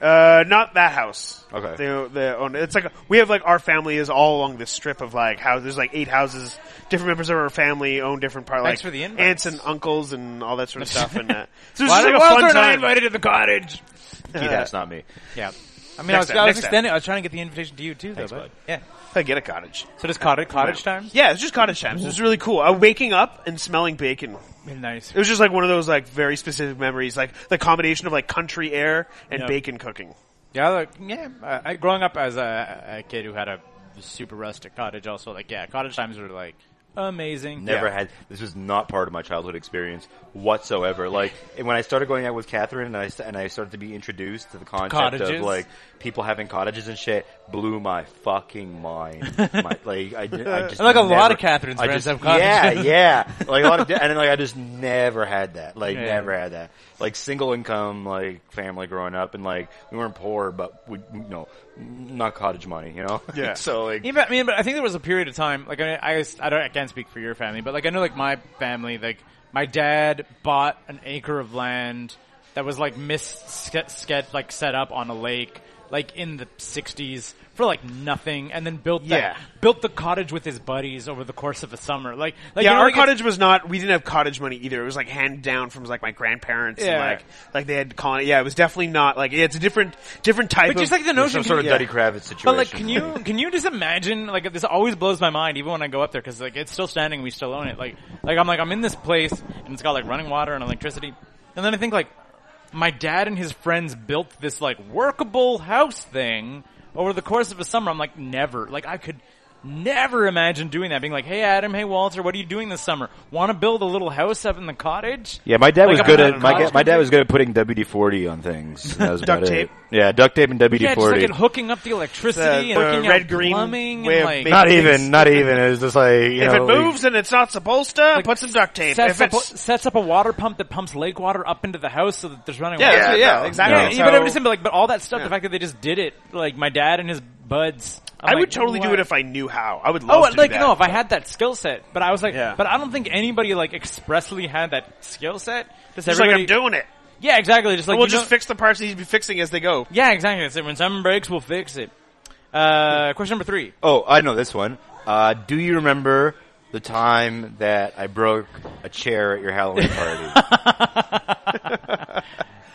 S2: Uh, not that house.
S4: Okay.
S2: They, they own it's like we have like our family is all along this strip of like how there's like eight houses. Different members of our family own different parts. Like
S3: Thanks for the
S2: aunts
S3: invites.
S2: and uncles and all that sort of stuff. And uh, so it's
S3: Why
S2: just like a
S3: why else
S2: fun
S3: aren't I
S2: time.
S3: invited to the cottage?
S4: Gee, that's not me.
S3: Yeah. I
S2: Next time,
S3: mean, I was, I was
S2: next time.
S3: extending. I was trying to get the invitation to you too, though. But,
S4: bud.
S3: yeah.
S2: I get a cottage.
S3: So does cottage cottage time?
S2: Yeah, it's just cottage times. It was really cool. Uh, waking up and smelling bacon.
S3: Nice.
S2: It was just like one of those like very specific memories, like the combination of like country air and
S3: Yeah.
S2: bacon cooking.
S3: Yeah, like, yeah. I, I, growing up as a, a kid who had a super rustic cottage, also like yeah, cottage times were like amazing.
S4: Never
S3: Yeah.
S4: had. This was not part of my childhood experience whatsoever. Like and when I started going out with Catherine, and I st- and I started to be introduced to the concept
S3: Cottages.
S4: of like people having cottages and shit, blew my fucking mind. my, like I, di- I just
S3: Like a
S4: never-
S3: lot of Catherine's
S4: I
S3: friends
S4: just-
S3: have cottages.
S4: Yeah, yeah. Like a lot of, di- and then like I just never had that. Like
S3: Yeah.
S4: never had that. Like single income, like family growing up, and like we weren't poor, but we you know not cottage money. You know.
S2: Yeah.
S4: so like.
S3: Even, I mean, but I think there was a period of time. Like, I, mean, I, guess- I don't, I can't speak for your family, but like, I know, like, my family, like, my dad bought an acre of land that was like mis ske- ske- like set up on a lake, like in the '60s for like nothing, and then built
S2: Yeah.
S3: that, built the cottage with his buddies over the course of a summer. Like, like
S2: yeah,
S3: you know,
S2: our
S3: like, it's-
S2: cottage was not. We didn't have cottage money either. It was like handed down from like my grandparents.
S3: Yeah.
S2: And, like like they had colony. Yeah, it was definitely not like yeah, it's a different different type.
S3: But
S2: of,
S3: just like the notion,
S4: Some
S3: can
S4: sort
S3: you-
S4: of Duddy Kravitz situation.
S3: But like, can you can you just imagine? Like, this always blows my mind, even when I go up there, because like it's still standing, we still own it. Like, like I'm like I'm in this place, and it's got like running water and electricity, and then I think like my dad and his friends built this like workable house thing over the course of a summer. I'm like, never, like I could. Never imagine doing that. Being like, "Hey, Adam. Hey, Walter. What are you doing this summer? Want to build a little house up in the cottage?"
S4: Yeah, my dad
S3: Like
S4: was
S3: a
S4: good
S3: man
S4: at
S3: in
S4: my,
S3: college
S4: ga- my dad was good at putting WD forty on things. That was
S2: Duct
S4: about
S2: tape?
S4: It. Yeah, duct tape and
S3: Yeah,
S4: WD
S3: just like
S4: forty.
S3: at hooking up the electricity
S2: The-
S3: and
S2: uh, the
S3: hooking up
S2: red-green
S3: plumbing
S2: way
S3: and
S2: of
S3: like
S2: making
S4: not even, not even. It was just like you
S2: if
S4: know,
S2: it
S4: like-
S2: moves and it's not supposed to, put some duct tape.
S3: sets,
S2: If
S3: up,
S2: it's
S3: sets up a water pump that pumps lake water up into the house so that there's running
S2: yeah,
S3: water.
S2: that's-
S4: Yeah,
S2: yeah,
S4: no,
S2: exactly.
S3: yeah,
S4: no.
S3: yeah, but I'm
S2: So-
S3: just saying, but, like, but all that stuff, the fact that they just did it, like my dad and his buds. I'm
S2: I
S3: like,
S2: would totally do it
S3: what?
S2: if I knew how. I would
S3: Oh,
S2: love to
S3: like
S2: do that.
S3: no, if I had that skill set, but I was like,
S2: Yeah.
S3: but I don't think anybody like expressly had that skill set.
S2: Just
S3: Just
S2: like
S3: everybody,
S2: I'm doing it.
S3: yeah, exactly. Just like
S2: we'll
S3: you
S2: just
S3: know-
S2: fix the parts that need to be fixing as they go.
S3: yeah, exactly. That's it. When something breaks, we'll fix it. Uh, question number three.
S4: Oh, I know this one. Uh, do you remember the time Uh, that I broke a chair at your Halloween party?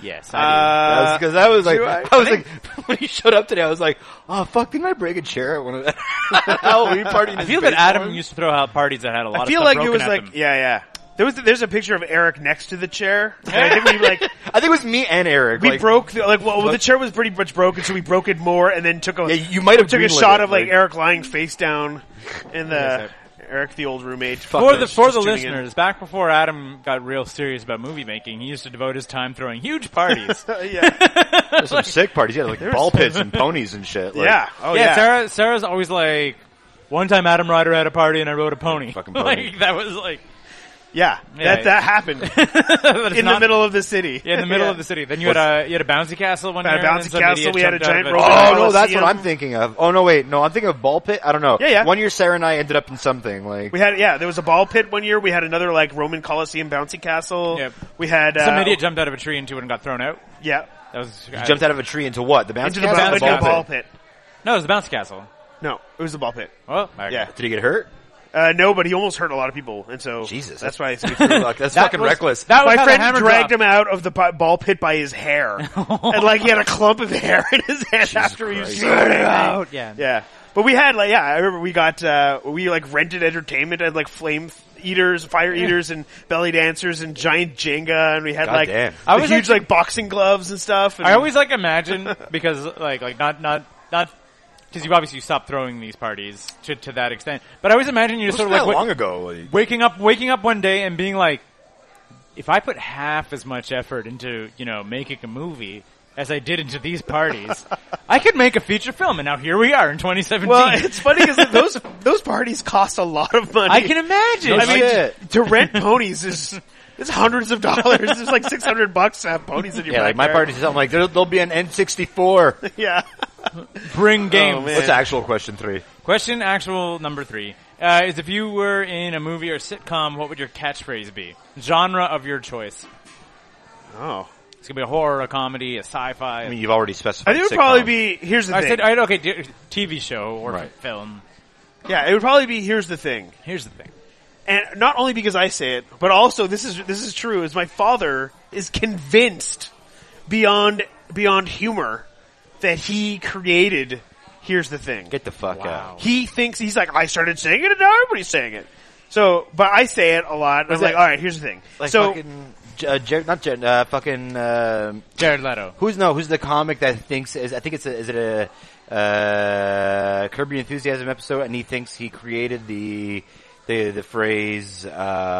S3: Yes,
S2: Uh,
S4: Because I was like,
S2: do
S4: I,
S2: I-
S4: was like, when he showed up today, I was like, oh fuck, didn't I break a chair at one of the Halloween party? in
S3: I
S4: his
S3: feel that
S4: basement?
S3: Adam used to throw out parties that had a lot
S2: I
S3: of
S2: feel
S3: stuff
S2: like it
S3: broken
S2: was
S3: at
S2: like
S3: them.
S2: yeah, yeah. There was there's a picture of Eric next to the chair. And I think we like
S4: I think it was me and Eric.
S2: we
S4: like,
S2: broke the, like well, the chair was pretty much broken, so we broke it more and then took a
S4: Yeah, you might have
S2: took a
S4: greenlit
S2: shot
S4: it,
S2: of like,
S4: like-
S2: Eric lying face down in the Eric the old roommate
S3: For the
S2: Just-
S3: for
S2: just
S3: the
S2: tuning in.
S3: listeners, back before Adam got real serious about movie making, he used to devote his time throwing huge parties.
S2: yeah,
S4: There's some sick parties. Yeah, like
S2: There
S4: ball
S2: was-
S4: pits and ponies and shit. Like,
S2: yeah, oh
S3: yeah,
S2: yeah.
S3: Sarah Sarah's always like, one time Adam Ryder had a party and I rode a pony.
S4: Fucking pony.
S3: like that was like
S2: yeah,
S3: Yeah,
S2: that
S3: yeah.
S2: that hapappened in the middle of the city.
S3: yeah, in the middle of the city. Then you had a you had a bouncy castle one
S2: Had a
S3: year. and
S2: bouncy
S3: then some
S2: castle,
S3: idiot
S2: we had a
S3: jumped out
S2: giant
S3: of
S2: roller
S4: Oh no, that's what
S2: Coliseum.
S4: I'm thinking of. Oh no, wait, no, I'm thinking of ball pit. I don't know.
S2: Yeah, yeah.
S4: One year Sarah and I ended up in something like
S2: We had yeah, there was a ball pit one year. We had another like Roman Coliseum bouncy castle.
S3: Yep.
S2: We had uh,
S3: Some idiot jumped out of a tree into it and got thrown out.
S2: yeah,
S3: That was
S4: you jumped out of a tree into what the bounce
S2: into the,
S4: castle
S2: ball,
S4: or
S3: bouncy
S2: into the
S3: castle.
S2: ball pit.
S3: No, it was the bouncy castle.
S2: No, it was the ball pit.
S3: Well, okay.
S2: Yeah.
S4: Did he get hurt?
S2: Uh, no, but he almost hurt a lot of people, and so
S4: Jesus,
S2: that's
S4: that's-
S2: why it's
S4: Fuck, that's
S3: That
S4: fucking
S3: was-
S4: reckless.
S3: That was
S2: my
S3: how the
S2: friend
S3: hammer
S2: dragged
S3: dropped.
S2: him out of the pi- ball pit by his hair, and like he had a clump of hair in his head after he was
S4: Christ.
S2: shooting it
S3: out. Oh, Yeah.
S2: yeah. But we had like yeah, I remember we got uh, we like rented entertainment and like flame eaters, fire eaters, and belly dancers, and giant Jenga, and we had
S4: God
S2: like
S4: damn.
S2: the
S3: I was
S2: huge
S3: actually-
S2: like boxing gloves and stuff. And
S3: I always like imagine because like like not not not because you obviously stopped throwing these parties to to that extent. But I always imagine you just sort
S4: Wasn't
S3: of like
S4: that
S3: wa-
S4: long ago. like-
S3: waking up waking up one day and being like, if I put half as much effort into you know making a movie. As I did into these parties, I could make a feature film, and now here we are in 2017.
S2: well, it's funny because those those parties cost a lot of money.
S3: I can imagine.
S4: No
S3: I mean,
S4: shit.
S2: to rent ponies is it's hundreds of dollars. It's like six hundred bucks to have ponies in your
S4: Yeah, like my
S2: backyard.
S4: party. I'm like, there'll, there'll be an N64.
S2: Yeah,
S4: Oh,
S3: bring games.
S2: Oh, man.
S4: What's the actual question three?
S3: Question actual number three uh, is if you were in a movie or sitcom, what would your catchphrase be? Genre of your choice.
S2: oh,
S3: It's gonna be a horror, a comedy, a sci-fi.
S4: I mean, you've already specified.
S2: I think it would
S4: sitcom.
S2: probably be here's the
S3: I
S2: thing.
S3: said, I, okay, d- TV show or
S4: Right.
S3: film.
S2: yeah, it would probably be here's the thing.
S3: Here's the thing.
S2: and not only because I say it, but also this is this is true. Is my father is convinced beyond beyond humor that he created. Here's the thing:
S4: Get the fuck out.
S2: he thinks he's like I started saying it, and now everybody's saying it. So, but I say it a lot. I'm
S4: that-
S2: like, all right, here's the thing.
S4: Like
S2: so,
S4: fucking, uh, Jer- not Jer- uh, fucking, uh,
S3: Jared Leto.
S4: who's no, who's the comic that thinks is, I think it's a, is it a, uh, Kirby Enthusiasm episode and he thinks he created the, the, the phrase,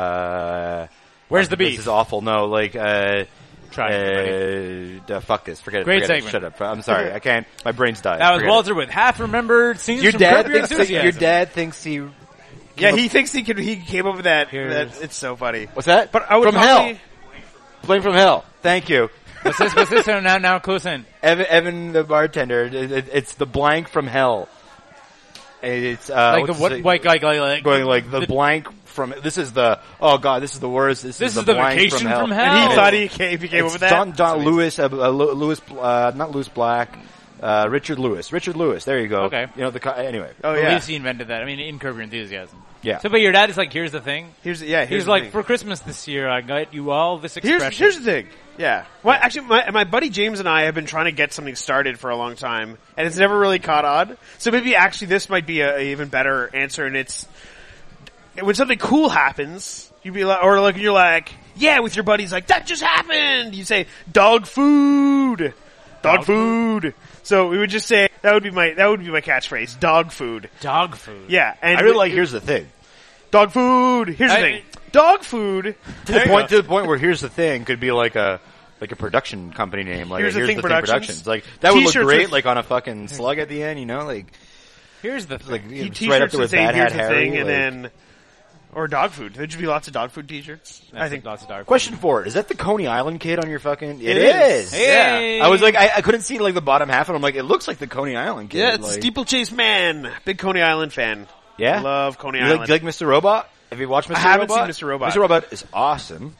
S4: uh,
S3: Where's the
S4: This
S3: beef?
S4: is awful. No, like, uh,
S3: Try
S4: uh, duh, fuck this. Forget it.
S3: Great
S4: forget
S3: segment.
S4: It. Shut up. I'm sorry. I can't. My brain's dying.
S3: That was
S4: Forget it.
S3: Walter with half remembered scenes
S4: Your
S3: from
S4: dad,
S3: Curb Your
S4: thinks that, your
S3: Enthusiasm.
S4: dad thinks he.
S2: yeah, he thinks he could. He came up with that.
S3: Here's-
S2: that it's so funny.
S4: What's that?
S3: uh,
S2: But I would
S4: from
S2: probably,
S4: hell. Blame from hell. Thank you.
S3: What's this? What's this? So now, now, close in.
S4: Evan, Evan the bartender. It, it- it's the blank from hell. And It's uh,
S3: Like
S4: what's
S3: the what,
S4: it-
S3: white guy, guy, like,
S4: going like the,
S3: the-
S4: blank from. This is the oh god. This is the worst. This,
S3: This
S4: is the
S3: is the
S4: blank
S3: vacation
S4: from hell.
S3: from hell.
S2: And he
S3: Oh.
S2: thought he came, he came up
S4: It's
S2: with that.
S4: Don, Don Lewis, uh, uh, Lew- Lewis, uh, not Lewis Black, uh, Richard Lewis, Richard Lewis. There you go.
S3: Okay.
S4: You know the co- anyway.
S2: oh
S3: At
S2: yeah,
S3: least he invented that. I mean, in Curb Your Enthusiasm.
S4: Yeah.
S3: So, but your dad is like, here's the thing.
S2: here's yeah. Here's
S3: He's
S2: the
S3: like,
S2: thing.
S3: for Christmas this year, I got you all this
S2: Here's,
S3: expression.
S2: here's the thing. Yeah. Well, actually, my, my buddy James and I have been trying to get something started for a long time, and it's never really caught on. So maybe actually this might be a, a even better answer, and it's when something cool happens, you'd be like, or like you're like, yeah, with your buddies, like that just happened. You say dog food, dog, food. So we would just say that would be my that would be my catchphrase, dog food.
S3: Dog food.
S2: Yeah, and
S4: I really
S2: we-
S4: like. Here's the thing.
S2: dog food. Here's the
S3: I-
S2: thing, dog food.
S4: To the point to the point where here's the thing could be like a like a production company name. Like
S2: Here's
S4: here's,
S2: the
S4: the,
S2: Thing
S4: thing
S2: Productions.
S4: productions. Like that would look
S2: T-shirts
S4: great
S2: with-
S4: like on a fucking slug at the end. You know, like
S3: Here's the thing.
S4: like you know,
S2: T-
S4: it's right up
S2: t-shirts
S4: there
S2: that say here's
S4: with Bad Hat
S2: the
S4: Harry.
S2: thing,
S4: like-
S2: and then or dog food. There'd be lots of dog food T-shirts. I
S3: That's
S2: think.
S3: lots of dog.
S4: Question four: Is that the Coney Island kid on your fucking? it
S2: is.
S4: is.
S3: Hey.
S4: Yeah. I was like, I, I couldn't see like the bottom half, and I'm like, it looks like the Coney Island kid.
S2: Yeah, it's
S4: like,
S2: Steeplechase Man. Big Coney Island fan.
S4: Yeah,
S2: love Coney
S4: You
S2: Island.
S4: Like, you like Mr. Robot? Have you watched Mr.
S2: haven't
S4: Robot?
S2: seen Mr. Robot.
S4: Mr. Robot is awesome,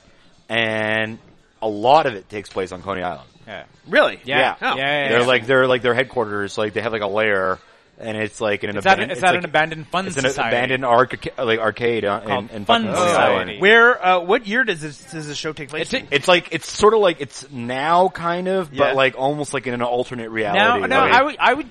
S4: and a lot of it takes place on Coney Island.
S3: Yeah.
S2: really?
S3: Yeah.
S2: Oh.
S3: Yeah, yeah,
S4: they're
S3: yeah.
S4: like they're like their headquarters. Like they have like a lair and it's like an
S3: It's at,
S4: abandoned.
S3: it's at
S4: like-
S3: an abandoned fun
S4: it's an
S3: society.
S4: abandoned arca- like arcade uh, in,
S3: Called
S4: in
S3: Fun
S4: fucking
S3: Society.
S4: Illinois.
S2: Where? Uh, what year does this does this show take place?
S3: It's-
S2: in?
S4: It's like it's sort of like it's now kind of,
S2: Yeah.
S4: but like almost like in an alternate
S3: Now,
S4: reality.
S3: no,
S4: like,
S3: I would, I would.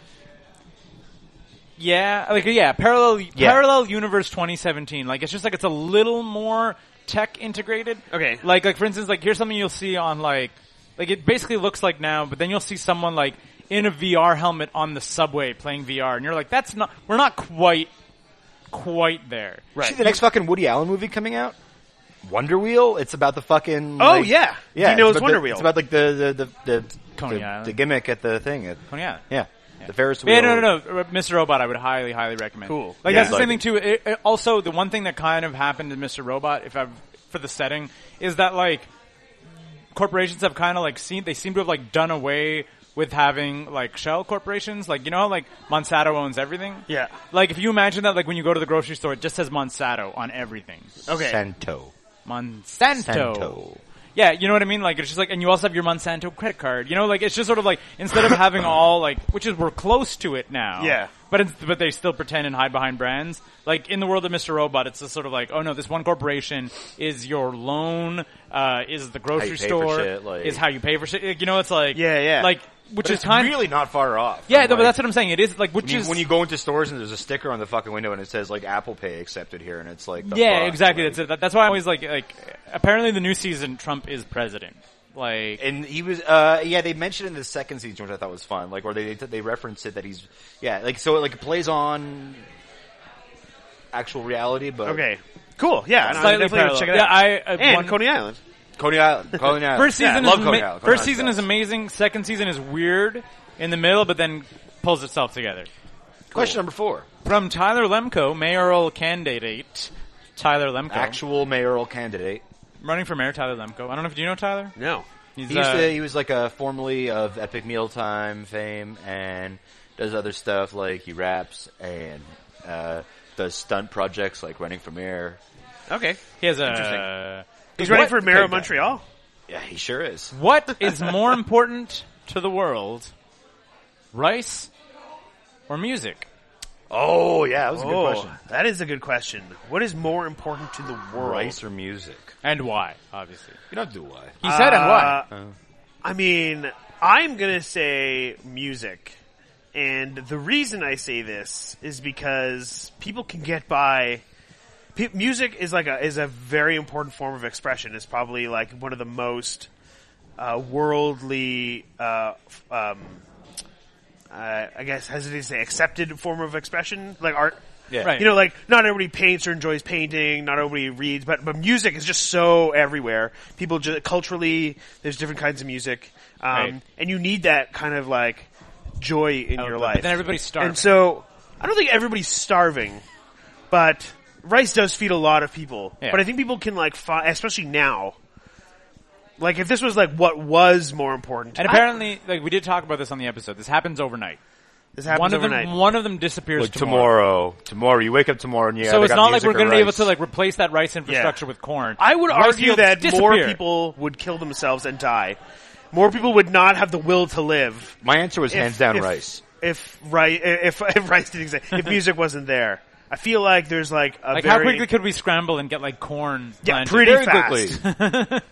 S3: Yeah, like yeah, parallel,
S4: Yeah.
S3: parallel universe 2017. Like it's just like it's a little more tech integrated.
S2: Okay.
S3: Like like for instance, like here's something you'll see on like like it basically looks like now, but then you'll see someone like in a VR helmet on the subway playing VR, and you're like, that's not we're not quite quite there.
S4: see the next fucking Woody Allen movie coming out. Wonder Wheel. It's about the fucking.
S2: Oh, yeah.
S4: yeah.
S2: He knows
S4: it's about
S2: Wonder
S4: the,
S2: Wheel.
S4: It's about like the the the the,
S3: Coney
S4: the,
S3: Island.
S4: the gimmick at the thing. At,
S3: Oh, yeah.
S4: yeah. the Ferris wheel.
S3: Yeah, no, no, no. Mr. Robot, I would highly, highly recommend.
S2: Cool.
S3: Like
S4: Yeah.
S3: that's the same thing
S4: Like-
S3: too. It, it- also, the one thing that kind of happened to Mr. Robot, if I for the setting, is that like corporations have kind of like seen they seem to have like done away with having like shell corporations. Like you know how like Monsanto owns everything.
S2: Yeah.
S3: Like if you imagine that, like when you go to the grocery store, it just says Monsanto on everything.
S2: okay.
S4: Santo.
S3: Monsanto.
S4: Santo.
S3: Yeah, you know what I mean? Like, it's just like, and you also have your Monsanto credit card. You know, like, it's just sort of like, instead of having all, like, which is, we're close to it now.
S2: Yeah.
S3: But it's, but they still pretend and hide behind brands. Like, in the world of Mr. Robot, it's just sort of like, oh no, this one corporation is your loan, uh, is the grocery
S4: pay for
S3: store,
S4: shit, like-
S3: is how you pay for shit. Like, You know, it's like,
S2: Yeah, yeah.
S3: Like, which is kind
S4: really not far off.
S3: yeah,
S4: from,
S3: no, but
S4: like,
S3: that's what I'm saying. It is, like, which
S4: when you,
S3: is,
S4: when you go into stores and there's a sticker on the fucking window and it says like Apple Pay accepted here, and it's like the
S3: yeah,
S4: fuck,
S3: exactly.
S4: like-
S3: that's it. That- That's why I always like, like, apparently the new season, Trump is president. Like,
S4: And he was, uh, yeah, they mentioned in the second season, which I thought was fun, like, or they, they, they referenced it that he's, yeah, like, so it, like, plays on actual reality, but.
S2: Okay. Cool. Yeah. and I'm
S3: Slightly
S2: definitely gonna
S3: parallel.
S2: check it out.
S3: Yeah, I- I-
S2: and
S3: one-
S2: Coney Island.
S4: Coney Island. Coney Island.
S3: First
S4: Yeah,
S3: season
S4: I love
S3: is
S4: Coney
S3: ama-
S4: Island. Coney
S3: first
S4: Island's
S3: season is
S4: best.
S3: amazing. Second season is weird in the middle, but then pulls itself together.
S4: Question number four.
S3: From Tyler Lemko, mayoral candidate Tyler Lemko,
S4: Actual mayoral candidate.
S3: running for mayor Tyler Lemko. I don't know if do you know Tyler.
S2: No.
S3: He's,
S4: He, used
S3: uh,
S4: to, he was like a formerly of Epic Mealtime fame and does other stuff like he raps and uh, does stunt projects like running for mayor.
S2: Okay.
S3: he has a.
S2: Interesting. He's running
S3: What-
S2: for mayor
S4: Okay,
S2: of
S4: guy.
S2: Montreal.
S4: Yeah, he sure is.
S3: What is more important to the world, rice or music?
S4: Oh yeah, that was a good question.
S2: that is a good question. What is more important to the world?
S4: Rice or music?
S3: And why? Obviously,
S4: You don't do why.
S3: he said and why.
S2: Uh, I mean, I'm gonna say music. And the reason I say this is because people can get by. P- music is like a is a very important form of expression. It's probably like one of the most uh, worldly, uh, f- um, uh, I guess, hesitant to say, accepted form of expression, like art.
S4: Yeah.
S3: Right.
S2: You know, like not everybody paints or enjoys painting. Not everybody reads, but but music is just so everywhere. People just culturally, there's different kinds of music, um,
S3: Right. Oh,
S2: and you need that kind of like joy in your
S3: but
S2: life.
S3: then everybody's starving.
S2: and so I don't think everybody's starving, but rice does feed a lot of people.
S3: Yeah.
S2: But I think people can like, fi- especially now. Like if this was like what was more important,
S3: And
S2: I-
S3: apparently, like we did talk about this on the episode. This happens overnight.
S2: this happens
S3: one of
S2: overnight.
S3: them, one of them disappears
S4: tomorrow. Tomorrow, you wake up tomorrow and yeah.
S3: so it's not like we're going to be able to like replace that rice infrastructure
S2: Yeah.
S3: with corn.
S2: I would
S3: Rice
S2: argue that
S3: fields
S2: more
S3: disappear.
S2: people would kill themselves and die. More people would not have the will to live.
S4: My answer was
S2: if-
S4: hands down
S2: if-
S4: rice.
S2: If rice, if, if rice didn't exist, if music wasn't there, I feel like there's like a
S3: Like,
S2: very
S3: how quickly could we scramble and get like corn?
S2: yeah,
S3: planted?
S2: pretty
S4: Very
S2: fast.
S4: quickly.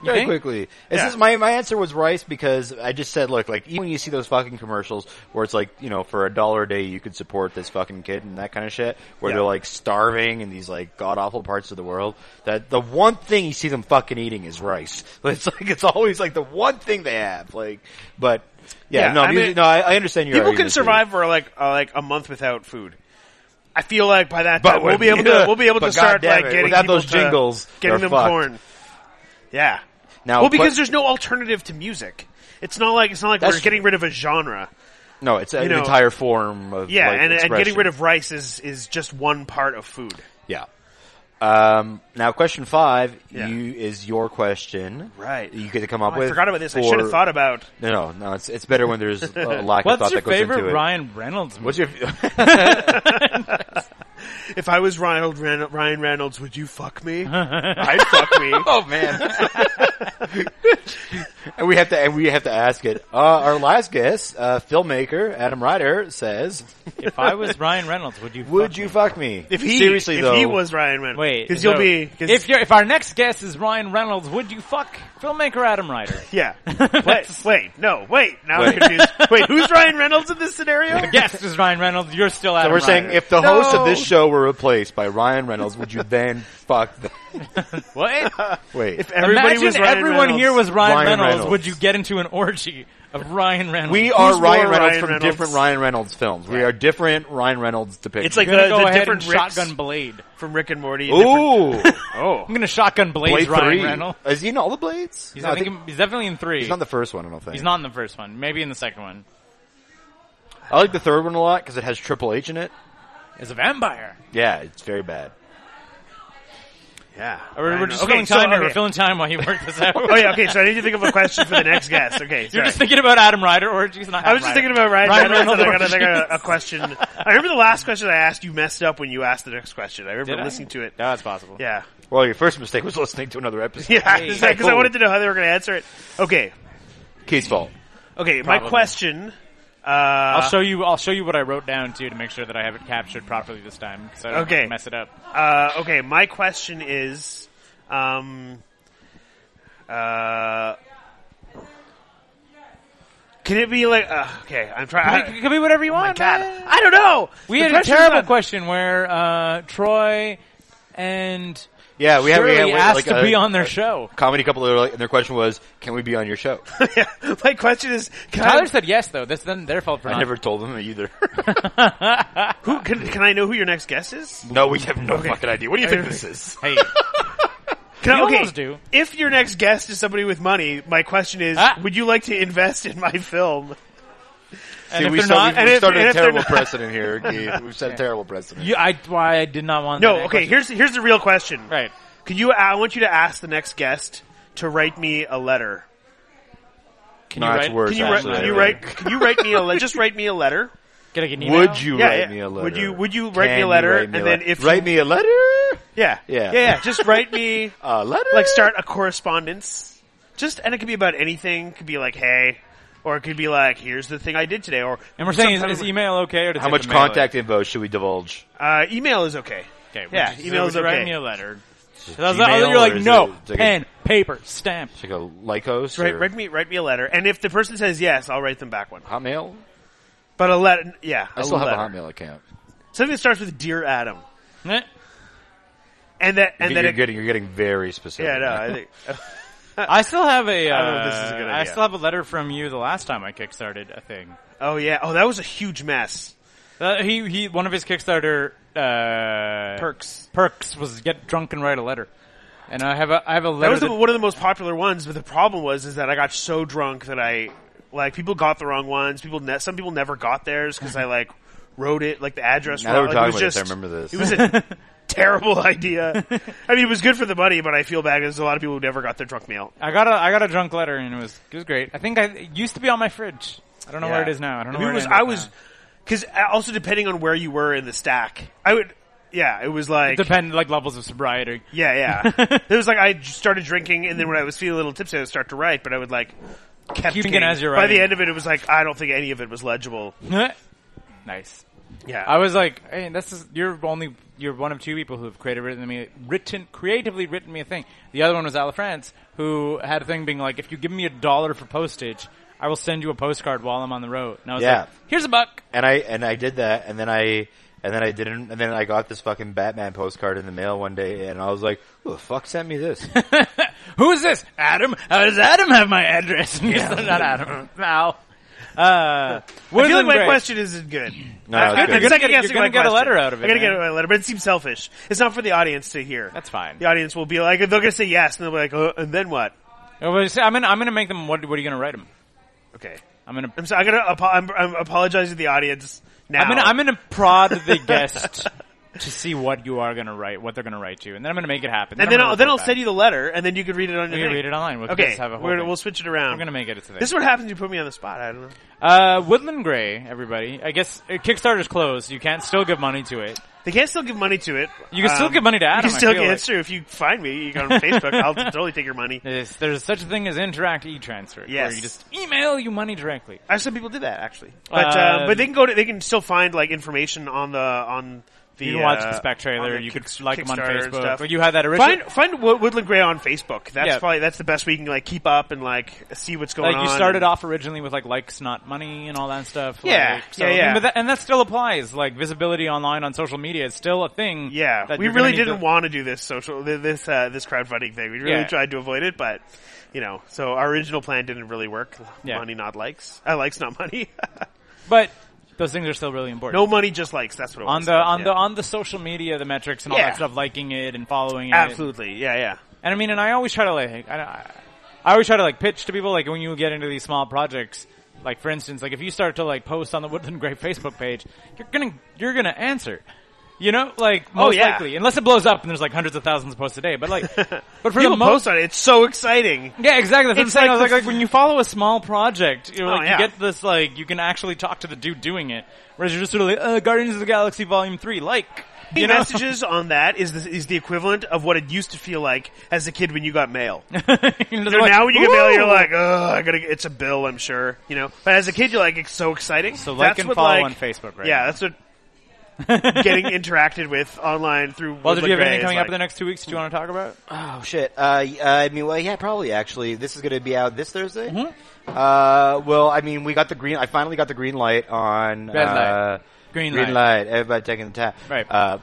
S3: You
S4: Very
S3: think?
S4: quickly. It's
S2: Yeah.
S4: just my my answer was rice because I just said look like even when you see those fucking commercials where it's like you know for a dollar a day you could support this fucking kid and that kind of shit where
S2: Yeah.
S4: they're like starving in these like god awful parts of the world that the one thing you see them fucking eating is rice. It's like it's always like the one thing they have like but yeah,
S2: Yeah,
S4: no
S2: I
S4: music,
S2: mean-
S4: no I, I understand your
S2: People can
S4: argument, Steve.
S2: survive for like uh, like a month without food. I feel like by that
S4: But
S2: time we'll
S4: when-
S2: be able to we'll be able
S4: but
S2: to start
S4: goddamn
S2: like
S4: it,
S2: getting
S4: without
S2: people
S4: those
S2: to-
S4: jingles,
S2: getting
S4: they're
S2: them
S4: fucked.
S2: corn. Yeah.
S4: Now,
S2: well, because
S4: but-
S2: there's no alternative to music. It's not like it's not like we're
S4: That's-
S2: getting rid of a genre.
S4: No, it's an
S2: know-
S4: entire form of
S2: Yeah,
S4: like,
S2: and, and getting
S4: expression.
S2: rid of rice is is just one part of food.
S4: yeah. Um, now, question five
S2: Yeah.
S4: you, is your question.
S2: Right.
S4: You get to come
S2: Oh,
S4: up
S2: I
S4: with.
S2: forgot about this. I
S4: for-
S2: should have thought about.
S4: No, no, no. It's, it's better when there's a lack of
S3: What's
S4: thought
S3: your
S4: that goes into
S3: favorite
S4: it.
S3: Ryan Reynolds? Movie?
S4: What's your?
S2: If I was Ryan, Ran- Ryan Reynolds, would you fuck me? I'd fuck me.
S4: oh man. and we have to and we have to ask it. Uh, our last guest, uh, filmmaker Adam Ryder, says,
S3: if I was Ryan Reynolds, would you?
S4: "Would
S3: fuck
S4: you
S3: me?
S4: fuck me?"
S2: If he
S4: seriously
S2: if
S4: though,
S2: he was Ryan Reynolds,
S3: Wait,
S2: because
S3: so
S2: you'll be 'cause-
S3: if you're, if our next guest is Ryan Reynolds, would you fuck filmmaker Adam Ryder?
S2: yeah. wait, wait, no, wait. Now I'm confused. Wait, who's Ryan Reynolds in this scenario?
S3: The guest is Ryan Reynolds. You're still Adam.
S4: we're saying if the host of this
S2: No.
S4: show were replaced by Ryan Reynolds, would you then fuck them?
S3: what?
S4: Wait,
S2: If everybody
S3: Imagine
S2: was Ryan
S3: everyone here
S2: Reynolds.
S3: was Ryan,
S4: Ryan
S3: Reynolds,
S4: Reynolds.
S3: Would you get into an orgy of Ryan Reynolds?
S4: we are
S2: more
S4: Ryan Reynolds
S2: Ryan
S4: from
S2: Reynolds?
S4: different Ryan Reynolds films. We are different Ryan Reynolds depictions.
S2: It's like
S3: I'm gonna
S2: the,
S3: go
S2: the
S3: ahead and
S2: different Ricks
S3: shotgun blade.
S2: from Rick and Morty. and different- Oh,
S4: ooh,
S3: I'm gonna shotgun blade
S4: Blade
S3: Ryan
S4: three.
S3: Reynolds.
S4: Is he in all the blades?
S3: He's,
S4: No,
S3: I
S4: I
S3: think
S4: think
S3: he's definitely in three.
S4: he's not the first one. I don't think.
S3: He's not in the first one. Maybe in the second one.
S4: I like the third one a lot because it has Triple H in it.
S3: He's a vampire.
S4: Yeah, it's very bad.
S2: Yeah.
S3: Or we're
S2: Ryan Reynolds.
S3: just filling
S2: so,
S3: time. here.
S2: okay.
S3: We're filling time while you work this out.
S2: Oh yeah, okay, so I need to think of a question for the next guest. Okay,
S3: You're
S2: sorry.
S3: just thinking about Adam Ryder orgies. Not
S2: I was just
S3: Adam
S2: thinking about Ryan,
S3: Ryan
S2: Reynolds, and I
S3: Reynolds
S2: gotta think of a,
S3: orgies.
S2: a question. I remember the last question I asked you messed up when you asked the next question. I remember
S3: Did I?
S2: listening to it.
S3: No, that's possible.
S2: Yeah.
S4: Well, your first mistake was listening to another episode.
S2: Yeah, because I
S4: Cool.
S2: wanted to know how they were going to answer it. Okay,
S4: Keith's fault.
S2: okay. My
S3: Probably.
S2: question. Uh,
S3: I'll show you. I'll show you what I wrote down too to make sure that I have it captured properly this time. So I don't
S2: Okay.
S3: mess it up.
S2: uh, okay, my question is, um, uh, can it be like? Uh, okay, I'm
S3: It
S2: trying.
S3: could be whatever you want.
S2: Oh God,
S3: man.
S2: I don't know.
S3: We
S2: The
S3: had a
S2: pressure's
S3: terrible
S2: on.
S3: question where uh, Troy and
S4: Yeah, we had,
S3: Shirley
S4: we had we had,
S3: asked
S4: like
S3: to
S4: a
S3: be on their show.
S4: comedy couple, that were like- and their question was, "Can we be on your show?"
S2: Uh-huh. Yeah, my question is, can
S3: Tyler
S2: I,
S3: said yes, though. That's then their fault for
S4: I
S3: not.
S4: never told them either.
S2: who can, can I know who your next guest is?
S4: no, we have no fucking idea. What do you think this is?
S3: Hey,
S2: Can
S3: You
S2: I, okay,
S3: almost do.
S2: if your next guest is somebody with money, my question is,
S3: Ah.
S2: would you like to invest in my film?
S3: and if
S4: we
S3: they're not,
S4: started, we
S2: and if-
S4: started
S2: and
S4: a
S2: if they're
S4: terrible
S2: not-
S4: precedent here. Keith. We've set a terrible precedent.
S3: you, I why I did not want.
S2: No,
S3: that
S2: okay.
S3: question.
S2: Here's here's the real question.
S3: right.
S2: Can you? I want you to ask the next guest to write me a letter.
S3: Can
S4: No,
S3: you
S4: that's
S3: write?
S4: worse,
S2: Can you,
S4: It's
S2: write,
S4: actually
S2: can
S4: a
S2: you
S4: letter.
S2: write? Can you write me a le- just write me a letter?
S3: Can I get an email?
S4: Would you
S2: Yeah,
S4: write
S2: yeah.
S4: me a letter?
S2: Would you- would you write me
S4: Can
S2: a
S4: you
S2: letter,
S4: write me
S2: and
S4: a
S2: then
S4: letter?
S2: if
S4: write
S2: you-
S4: me a letter,
S2: Yeah,
S4: Yeah.
S2: yeah, Just write me
S4: a letter,
S2: like start a correspondence. Just and it could be about anything. It could be like hey, or it could be like here's the thing I did today. Or
S3: And we're saying is,
S2: sometimes-
S3: is e- email okay? Or does
S4: How
S3: it have
S4: much
S3: to mail it?
S4: contact info should we divulge?
S2: uh, email is okay.
S3: Okay, would
S2: Yeah,
S3: you-
S2: email's
S3: would you Write
S2: okay.
S3: me a letter. So
S4: it
S3: that's not-
S4: Gmail
S3: you're like
S4: or is
S3: no
S4: it- it's like a-
S3: pen, paper, stamp.
S4: Like a Lycos,
S2: Write,
S4: or
S2: write me write me a letter, and if the person says yes, I'll write them back one.
S4: Hotmail.
S2: But a letter, yeah,
S4: I still have
S2: letter.
S4: a Hotmail account.
S2: Something that starts with dear Adam,
S3: Eh.
S2: and that and
S4: You're
S2: then it,
S4: getting you're getting very specific.
S2: yeah, no, I think
S3: I still have a. Uh,
S2: I don't know if this is a good
S3: I
S2: idea.
S3: still have a letter from you the last time I kickstarted a thing.
S2: Oh yeah. Oh, that was a huge mess.
S3: Uh, he he. One of his Kickstarter uh,
S2: Perks.
S3: perks was get drunk and write a letter. And I have a I have a
S2: That
S3: letter.
S2: was the,
S3: that-
S2: one of the most popular ones, but the problem was is that I got so drunk that I like people got the wrong ones. People ne- some people never got theirs because I like wrote it like the address.
S4: Now that
S2: wrong. Like,
S4: we're
S2: it was
S4: talking about
S2: just,
S4: this, I remember this.
S2: It was a terrible idea. I mean, it was good for the money, but I feel bad. 'cause There's a lot of people who never got their drunk mail.
S3: I got a I got a drunk letter and it was it was great. I think I it used to be on my fridge. I don't know where it
S2: Yeah.
S3: is now. I don't know
S2: mean,
S3: where
S2: it was.
S3: ended up
S2: I was
S3: now.
S2: because also depending on where you were in the stack, I would. Yeah, it was like
S3: depend like levels of sobriety.
S2: Yeah, yeah. it was like I j- started drinking, and then when I was feeling a little tipsy, I would start to write, but I would like kept
S3: Keeping it
S2: getting-
S3: as you're
S2: By
S3: writing.
S2: the end of it, it was like I don't think any of it was legible.
S3: nice.
S2: Yeah,
S3: I was like, hey, this is you're only you're one of two people who have created written me written creatively written me a thing. The other one was Ala France, who had a thing being like, if you give me a dollar for postage, I will send you a postcard while I'm on the road. And I was
S4: Yeah.
S3: like, here's a buck.
S4: and I and I did that, and then I and then I didn't, and then I got this fucking Batman postcard in the mail one day, and I was like, "Who the fuck sent me this?"
S3: Who is this? Adam? How does Adam have my address? Not Adam. Al. Uh,
S2: I feel like my question isn't good.
S4: No,
S2: I-
S4: it's
S2: I'm
S4: good.
S2: second
S4: You're
S3: gonna get-
S2: guessing
S3: you're gonna
S2: my
S3: get a letter
S2: question.
S3: out of it,
S2: I'm gonna
S3: man.
S2: get a letter, but it seems selfish. It's not for the audience to hear.
S3: That's fine.
S2: the audience will be like, they'll just say yes, and they'll be like, uh, and then what?
S3: I was- I'm gonna I'm gonna make them. What, what are you gonna write them?
S2: Okay,
S3: I'm gonna
S2: I'm so I'm gonna apo- I'm, I'm apologizing to the audience now.
S3: I'm gonna I'm gonna prod the guest to see what you are going to write, what they're going to write to, and then I'm going to make it happen.
S2: and then I'll, then I'll
S3: send you.
S2: send you the letter, and then you can read it on your
S3: can
S2: thing.
S3: read it online. We'll
S2: okay,
S3: just have a whole
S2: we're,
S3: thing.
S2: we'll switch it around.
S3: We're gonna make it today.
S2: This is what happens. when You put me on the spot. I don't know.
S3: Uh, Woodland Gray, everybody. I guess uh, Kickstarter's closed. You can't still give money to it.
S2: They can still give money to it. Um,
S3: You can still give money to
S2: You
S3: Adam,
S2: can
S3: I
S2: still
S3: feel
S2: get
S3: like.
S2: it's true. If you find me you go on Facebook, I'll totally take your money.
S3: There's, there's such a thing as Interact e-transfer, where
S2: Yes.
S3: you just email you money directly.
S2: I some people do that actually, but uh,
S3: Um,
S2: but they can go to they can still find like information on the on the
S3: You can watch
S2: uh,
S3: the spec
S2: on
S3: trailer.
S2: the
S3: you could
S2: Kicks-
S3: like them on
S2: Kickstarter and
S3: Facebook.
S2: stuff.
S3: Or you had that original.
S2: Find find Wo- Woodland Gray on Facebook. That's
S3: Yeah.
S2: probably that's the best way you can like keep up and like see what's going
S3: like
S2: on.
S3: you started
S2: and-
S3: off originally with like likes not money and all that stuff.
S2: Yeah,
S3: like, so,
S2: yeah, yeah.
S3: But that, and that still applies. Like visibility online on social media is still a thing.
S2: Yeah,
S3: that
S2: we
S3: you're gonna
S2: really
S3: need
S2: didn't
S3: to-
S2: want to do this social th- this uh, this crowdfunding thing. We really
S3: Yeah.
S2: tried to avoid it, but you know, so our original plan didn't really work.
S3: Yeah.
S2: Money not likes. I likes not money.
S3: But those things are still really important.
S2: no money just likes. That's what it
S3: on
S2: was.
S3: the on
S2: Yeah.
S3: the on the social media, the metrics and all
S2: Yeah.
S3: that stuff, liking it and following it.
S2: Absolutely, yeah, yeah.
S3: And I mean, and I always try to like, I, I- I always try to like pitch to people like when you get into these small projects, like for instance, like if you start to like post on the Woodland Gray Facebook page, you're gonna you're gonna answer. You know, like most
S2: Oh, yeah.
S3: likely, unless it blows up and there's like hundreds of thousands of posts a day. But like, but for the
S2: People
S3: most,
S2: post on it. It's so exciting.
S3: yeah, exactly. That's what I'm
S2: It's
S3: saying.
S2: like
S3: I was
S2: the
S3: like, like when you follow a small project, you're
S2: Oh,
S3: like
S2: yeah.
S3: you get this like you can actually talk to the dude doing it, whereas you're just sort of like uh, Guardians of the Galaxy Volume Three, like you
S2: The
S3: know,
S2: messages on that is the, is the equivalent of what it used to feel like as a kid when you got mail. So now when you get mail, you're like, oh, I gotta. It's a bill, I'm sure. You know, but as a kid, you're like, it's so exciting.
S3: So like
S2: That's
S3: and
S2: what,
S3: follow
S2: like-
S3: on Facebook, right?
S2: Yeah, that's what getting interacted with online through.
S3: Walter, do you have
S2: Woodland Gray
S3: anything
S2: is
S3: coming up
S2: like-
S3: in the next two weeks? that you want to talk about?
S4: Oh shit! Uh, y- I mean, well, yeah, probably actually. This is going to be out this Thursday.
S3: Mm-hmm.
S4: Uh, well, I mean, we got the green. I finally got the green light on
S3: Red light.
S4: uh,
S3: Green light.
S4: light. Everybody taking the tap.
S3: Right.
S4: Uh,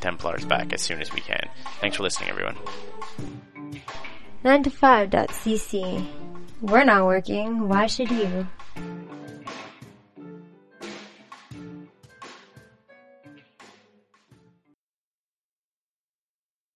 S5: Templars back as soon as we can. Thanks for listening, everyone.
S6: 9to5.cc. We're not working. Why should you?